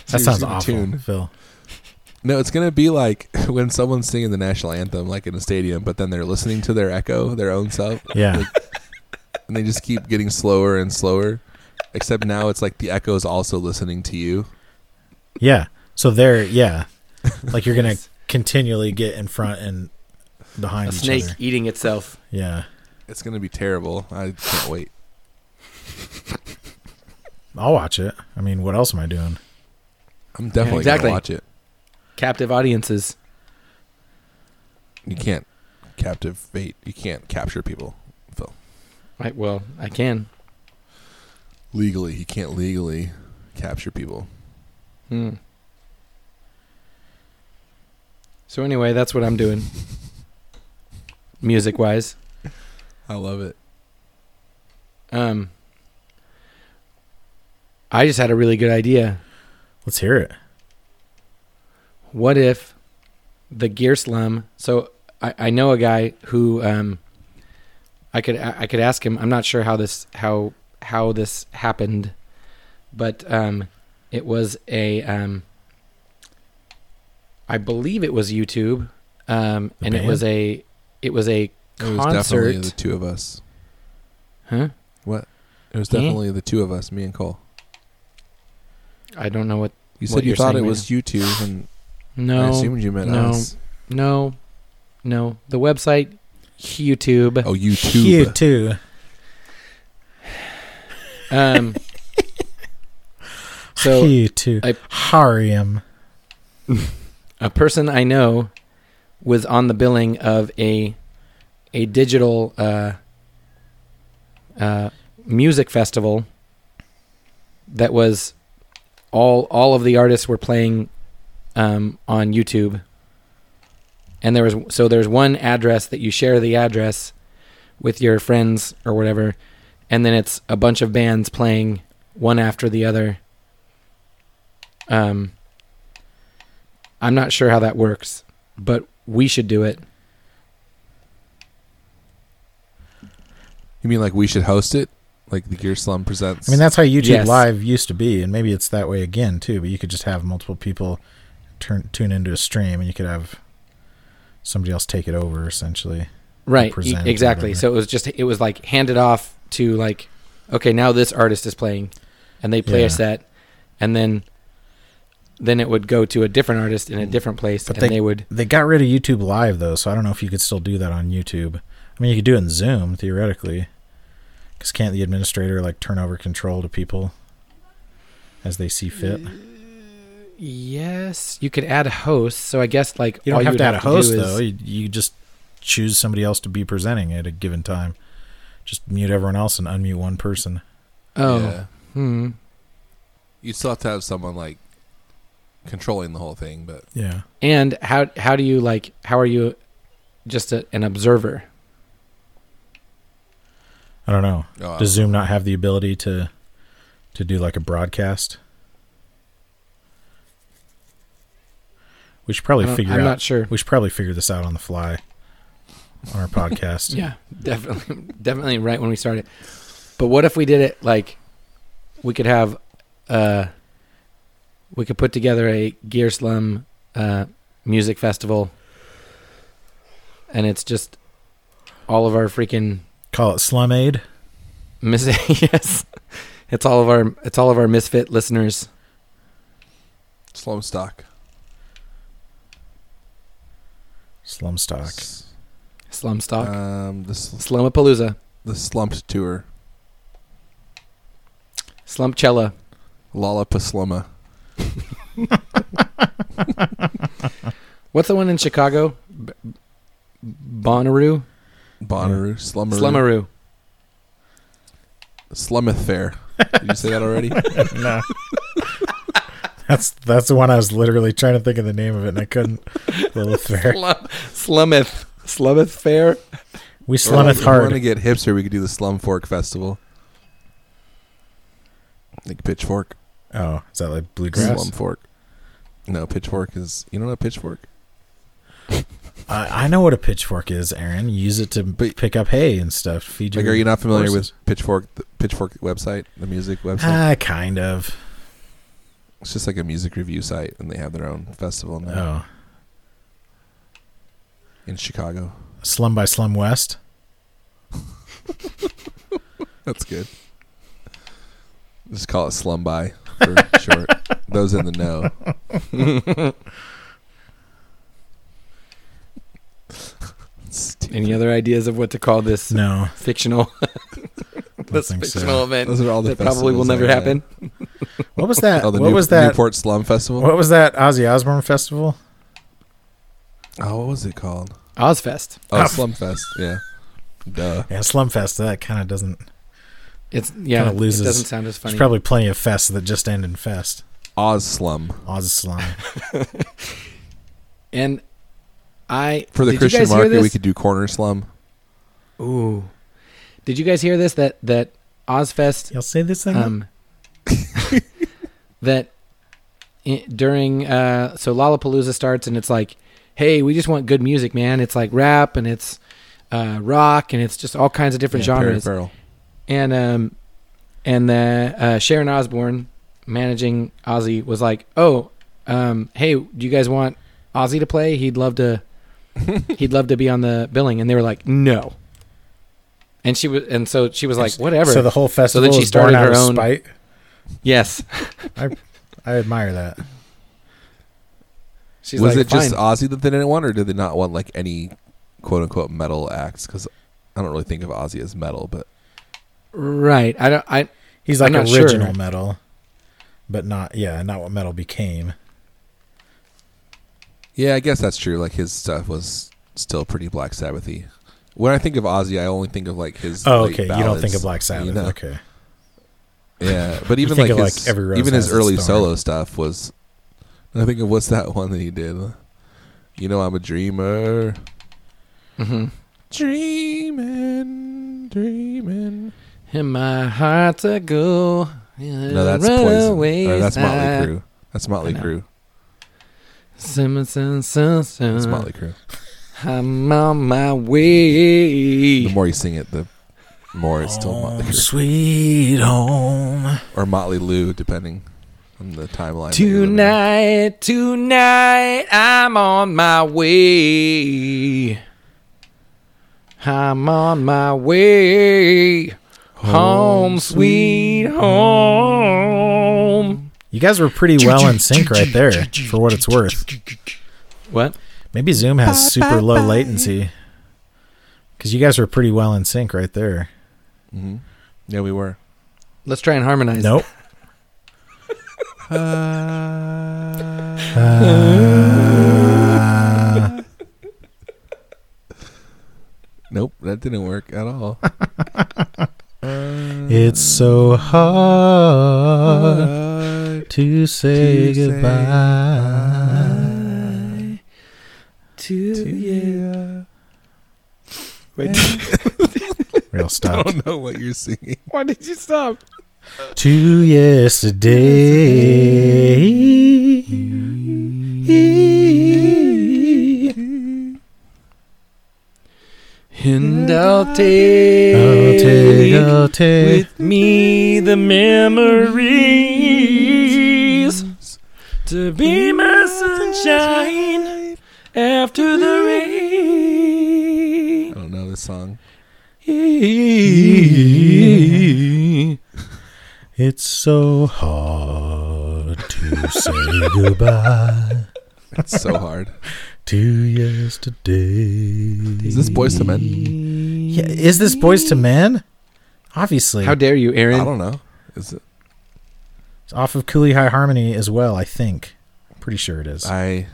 That
Seriously,
sounds awful,
tune.
Phil.
No, it's gonna be like when someone's singing the national anthem, like in a stadium, but then they're listening to their echo, their own self,
Yeah,
and they just keep getting slower and slower. Except now it's like the echo is also listening to you.
yeah. So they're yeah, like you're gonna continually get in front and behind
A
each
snake
other.
eating itself.
Yeah.
It's gonna be terrible. I can't wait.
I'll watch it. I mean, what else am I doing?
I'm definitely
exactly.
gonna watch it.
Captive audiences.
You can't captivate. You can't capture people, Phil.
I, well, I can.
Legally, you can't legally capture people.
Hmm. So anyway, that's what I'm doing. Music wise.
I love it.
Um I just had a really good idea.
Let's hear it.
What if the gear slum so I, I know a guy who um I could I I could ask him I'm not sure how this how how this happened but um it was a um I believe it was YouTube um
The
and it was a it was a
It was definitely
concert
the two of us.
huh
It was
Yeah.
definitely the two of us, me and Cole.
I don't know what
You
What
said you
you're
thought it
saying
was you two, and I
no
assumed you meant
no.
us.
No, no. The website, YouTube.
Oh, you
You
two.
too.
Um, so
you too.
I-
Harium.
a person I know was on the billing of a a digital uh, uh, music festival that was all all of the artists were playing um, on YouTube, and there was so there's one address that you share the address with your friends or whatever, and then it's a bunch of bands playing one after the other. Um, I'm not sure how that works, but we should do it.
You mean like we should host it? Like the Gear Slum presents.
I mean, that's how YouTube
Yes.
Live used to be, and maybe it's that way again too. But you could just have multiple people turn tune into a stream, and you could have somebody else take it over essentially.
Right. e-
present or
Exactly.
whatever.
So it was just it was like handed off to like okay, now this artist is playing and they play
Yeah.
a set and then then it would go to a different artist in a different place
Mm. But
and they, would
They got rid of YouTube Live though, so I don't know if you could still do that on YouTube. I mean, you could do it in Zoom theoretically, because can't the administrator like turn over control to people as they see fit?
yes, you could add hosts. So I guess like
You
all
don't have
would
to add a
do
host
is-
though. You, you just choose somebody else to be presenting at a given time. Just mute everyone else and unmute one person.
Oh.
Yeah.
Hmm.
You still have to have someone like controlling the whole thing, but
Yeah.
And how how do you like how are you just a, an observer?
I don't know.
oh, I-
Does Zoom not have the ability to to do like a broadcast? We
I
should probably
don't-
figure
I'm
out.
not sure.
we should probably figure this out on the fly. on our podcast.
Yeah, definitely, definitely right when we started. But what if we did it like we could have, uh, we could put together a Gear Slum uh, music festival, and it's just all of our freaking
Call it Slumade.
mis- yes, it's all of our it's all of our misfit listeners.
Slum stock.
Slumstock.
Slumstock,
Um, the sl-
Slumapalooza,
the slumped tour.
Slumpcella.
Lollapasluma.
What's the one in Chicago? B- Bonnaroo,
Bonnaroo. Slummer.
Slumaroo.
Slummeth Fair. Did you say that already?
no. That's that's the one I was literally trying to think of the name of it and I couldn't. Little fair.
Slum, slummeth. Slummeth fair.
We
Or
slummeth
if we want to
hard.
get hipster, we could do the Slum Fork Festival. Like pitchfork.
Oh, is that like bluegrass?
Slum fork. No, pitchfork is. You don't know pitchfork?
I, I know what a pitchfork is, Aaron. You use it to
But-
pick up hay and stuff. Feed your
Like, are you not familiar
horses.
with Pitchfork, the Pitchfork website, the music website?
Ah, kind of.
it's just like a music review site, and they have their own festival now
Oh,
in Chicago.
slum by slum west.
That's good. Just call it Slum By for short. Those in the know. Stupid.
Any other ideas of what to call this
No,
fictional
I don't
this
think
fictional
so.
event
Those are all the
that probably will
festivals
never
I had.
happen?
What was that?
Oh, the
what
New-
was that?
Newport Slum Festival.
What was that Ozzy Osbourne festival?
Oh, what was it called?
Ozfest.
Oh,
Oh.
Slum Fest. Yeah. Duh.
Yeah, Slumfest. That kind of doesn't.
It's yeah.
Kinda loses.
It doesn't sound as funny.
There's probably plenty of fests that just end in fest.
Oz Slum
Oz slum.
and I
for the
did you
Christian
guys hear
market. We
this?
could do Corner Slum.
Ooh. Did you guys hear this? That that Ozfest
You'll say this thing.
um, that i during uh, so Lollapalooza starts and it's like, hey, we just want good music, man. It's like rap and it's uh, rock and it's just all kinds of different
Yeah, Perry
genres.
Farrell.
And um, and the uh, Sharon Osbourne, managing Ozzy, was like, oh, um, hey, do you guys want Ozzy to play? He'd love to. he'd love to be on the billing, and they were like, no. And she was, and so she was like, whatever.
So the whole festival.
she
is born
started
out
her
of
own-
spite.
yes.
I admire that.
She's
was
like,
it just
"Fine."
Ozzy that they didn't want, or did they not want like any quote unquote metal acts? Because I don't really think of Ozzy as metal, but
right? I don't. I
He's
I'm
like
not sure.
original metal, but not yeah, not what metal became.
yeah, I guess that's true. Like his stuff was still pretty Black Sabbathy. When I think of Ozzy, I only think of like his.
Oh,
late
okay. You don't think
ballads,
of Black Sabbath.
you know?
Okay.
Yeah, but even
think
like,
of,
his,
like, Every Rose
even his
Has Its
early
Thorn.
solo stuff was. I think of what's that one that he did? You know, I'm a dreamer,
mhm.
dreaming, dreaming.
in my heart to go.
No, that's poison. Or that's Motley
uh,
Crue. That's Motley
know.
Crue. That's Motley Crue.
Crue. I'm on my
The
way.
more you sing it, the more it's still Motley
Home
Crue.
Oh, sweet home.
or Motley Lou, depending on the timeline. that you're living in.
Tonight, tonight, I'm on my way. I'm on my way. Home, sweet home.
You guys were pretty well in sync right there, for what it's worth.
What?
Maybe Zoom has super low latency. Because you guys were pretty well in sync right there.
Mhm. Yeah, we were.
Let's try and harmonize.
Nope. Uh,
Nope, that didn't work at all.
It's so hard
To
to say
say
goodbye.
To
yeah.
Real
I
stop.
don't know what you're singing.
Why did you stop?
To yesterday.
And I'll take,
I'll take, I'll take.
with me the memories to be my sunshine after the
I
rain.
don't know this song.
It's so hard to say goodbye
It's so hard.
to yesterday.
Is this Boys to Men?
Yeah, is this Boys to Men? Obviously.
How dare you,
I
Aaron?
don't know. Is it?
it's off of Cooley High Harmony as well, I think. Pretty sure it is.
I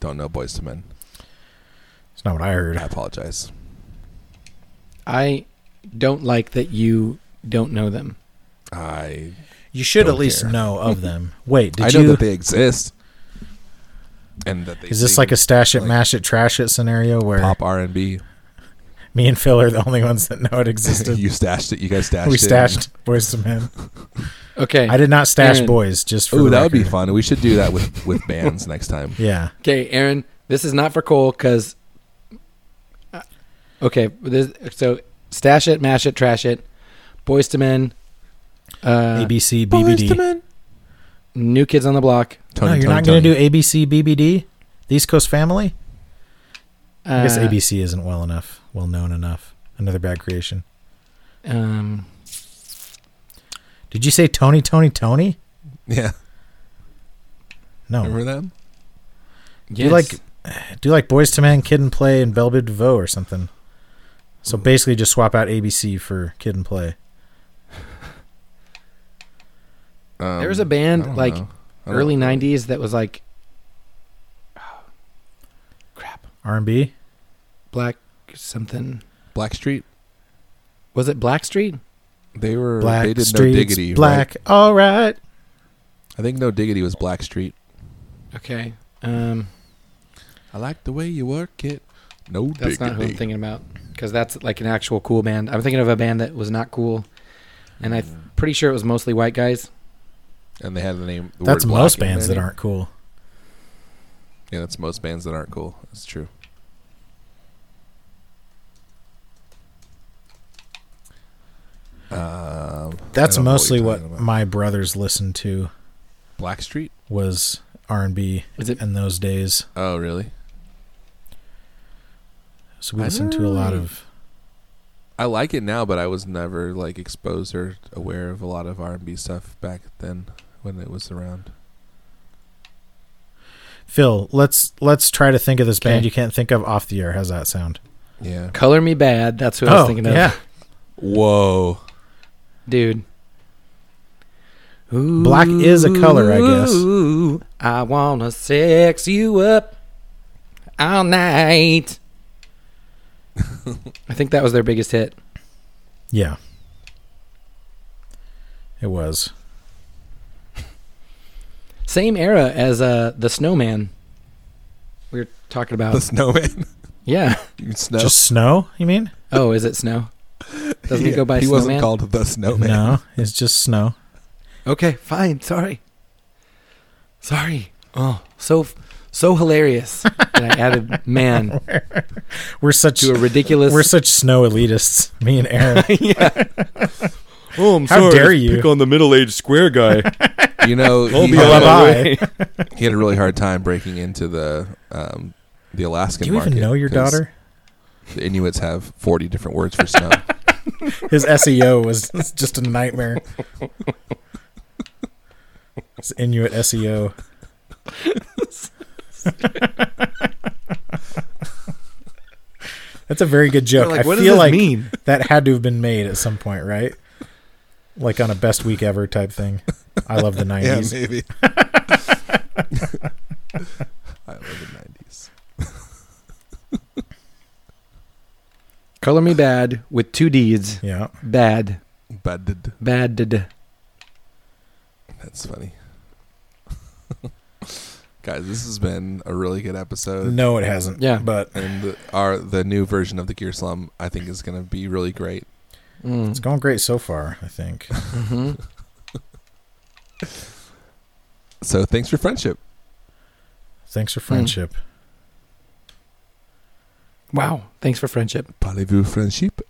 don't know Boys to Men.
it's not what I heard.
I apologize.
I don't like that you don't know them.
I
You should
Don't
at least
care.
know of them. Wait, did
I
you
know that they exist, and that they
Is this
sing
like a stash it,
like-
mash it, trash it scenario where
pop R and B?
me and Phil are the only ones that know it existed?
You stashed it. You guys stashed
we
it.
stashed Boys to Men.
Okay.
I did not stash
Aaron.
boys just for
Ooh,
the
that would be
record.
fun. We should do that with with bands next time.
Yeah.
Okay, Aaron, this is not for Cole because. Okay, this, so stash it, mash it, trash it, boys to men, uh,
ABC BBD.
new kids on the block.
No,
Tony,
you're
Tony,
not going to
Tony.
do ABC BBD. The East Coast Family.
Uh,
I guess ABC isn't well enough, well known enough. Another bad creation.
Um,
Did you say Tony, Tony, Tony?
Yeah,
No.
remember them?
yes.
like- Do like Boys to Men, Kid and Play, and Belle Biv DeVoe or something. So basically, just swap out ABC for Kid and Play.
Um,
there was a
I
band
don't
like
know. I don't
early
know.
'90s that was like, crap,
R&B.
black something.
Blackstreet.
Was it Blackstreet?
They were
Black
they did no
streets,
diggity. Right?
black. All right.
I think no diggity was Blackstreet.
Okay, um,
I like the way you work it. No
that's
diggity.
not who I'm thinking about because that's like an actual cool band. I'm thinking of a band that was not cool, and I'm pretty sure it was mostly white guys.
And they had the name. The
That's
word black
most
in their
bands that
name.
aren't cool.
Yeah, that's most bands that aren't cool. That's true. Um, I
That's
don't know what
mostly
you're
what,
talking about.
my brothers listened to
Blackstreet.
was R&B
Is it
in those days.
Oh, really?
So we
I
listened to a
don't
lot
really-
of.
I like it now, but I was never like exposed or aware of a lot of R and B stuff back then when it was around.
Phil, let's let's try to think of this band
Okay.
you can't think of off the air. How's that sound? Oh,
Yeah.
Color Me Bad? That's who I
Oh,
was thinking of.
yeah,
Whoa.
Dude.
Black is a color, I guess.
Ooh, I wanna sex you up all night. I think that was their biggest hit.
yeah. It was.
Same era as uh, the Snowman. We were talking about.
The snowman.
yeah.
you snow.
Uh, Just snow. You mean?
Oh, is it Snow? Doesn't he go by
He wasn't
Snowman?
called the snowman.
No, it's just snow.
Okay, fine. Sorry. Sorry. Oh, so so hilarious that I added man
We're such
to a ridiculous.
we're such snow elitists. Me and Aaron.
yeah. Oh, I'm
How sorry, dare you. pick
on the middle-aged square guy.
You know, he,
be
had,
on my way.
he had a really hard time breaking into the um, the Alaskan.
Do you even
market
know your
'cause
daughter?
The Inuits have forty different words for snow.
His SEO was just a nightmare. It's Inuit E SEO. That's a very good joke.
like,
I
what does
feel
this
like
mean?
that had to have been made at some point, right? Like on a best week ever type thing. I love the 90s.
maybe. I love the nineties.
Color me bad with two D's.
yeah.
Bad,
Bad.
bad.
That's funny. Guys, this has been a really good episode.
No, it hasn't.
Yeah.
But
And the, our the new version of the Gear Slum, I think, is going to be really great.
it's going great so far, I think.
Mm-hmm.
So thanks
Hmm.
for friendship.
Thanks for friendship.
Wow. Thanks for friendship.
Parlez-vous friendship?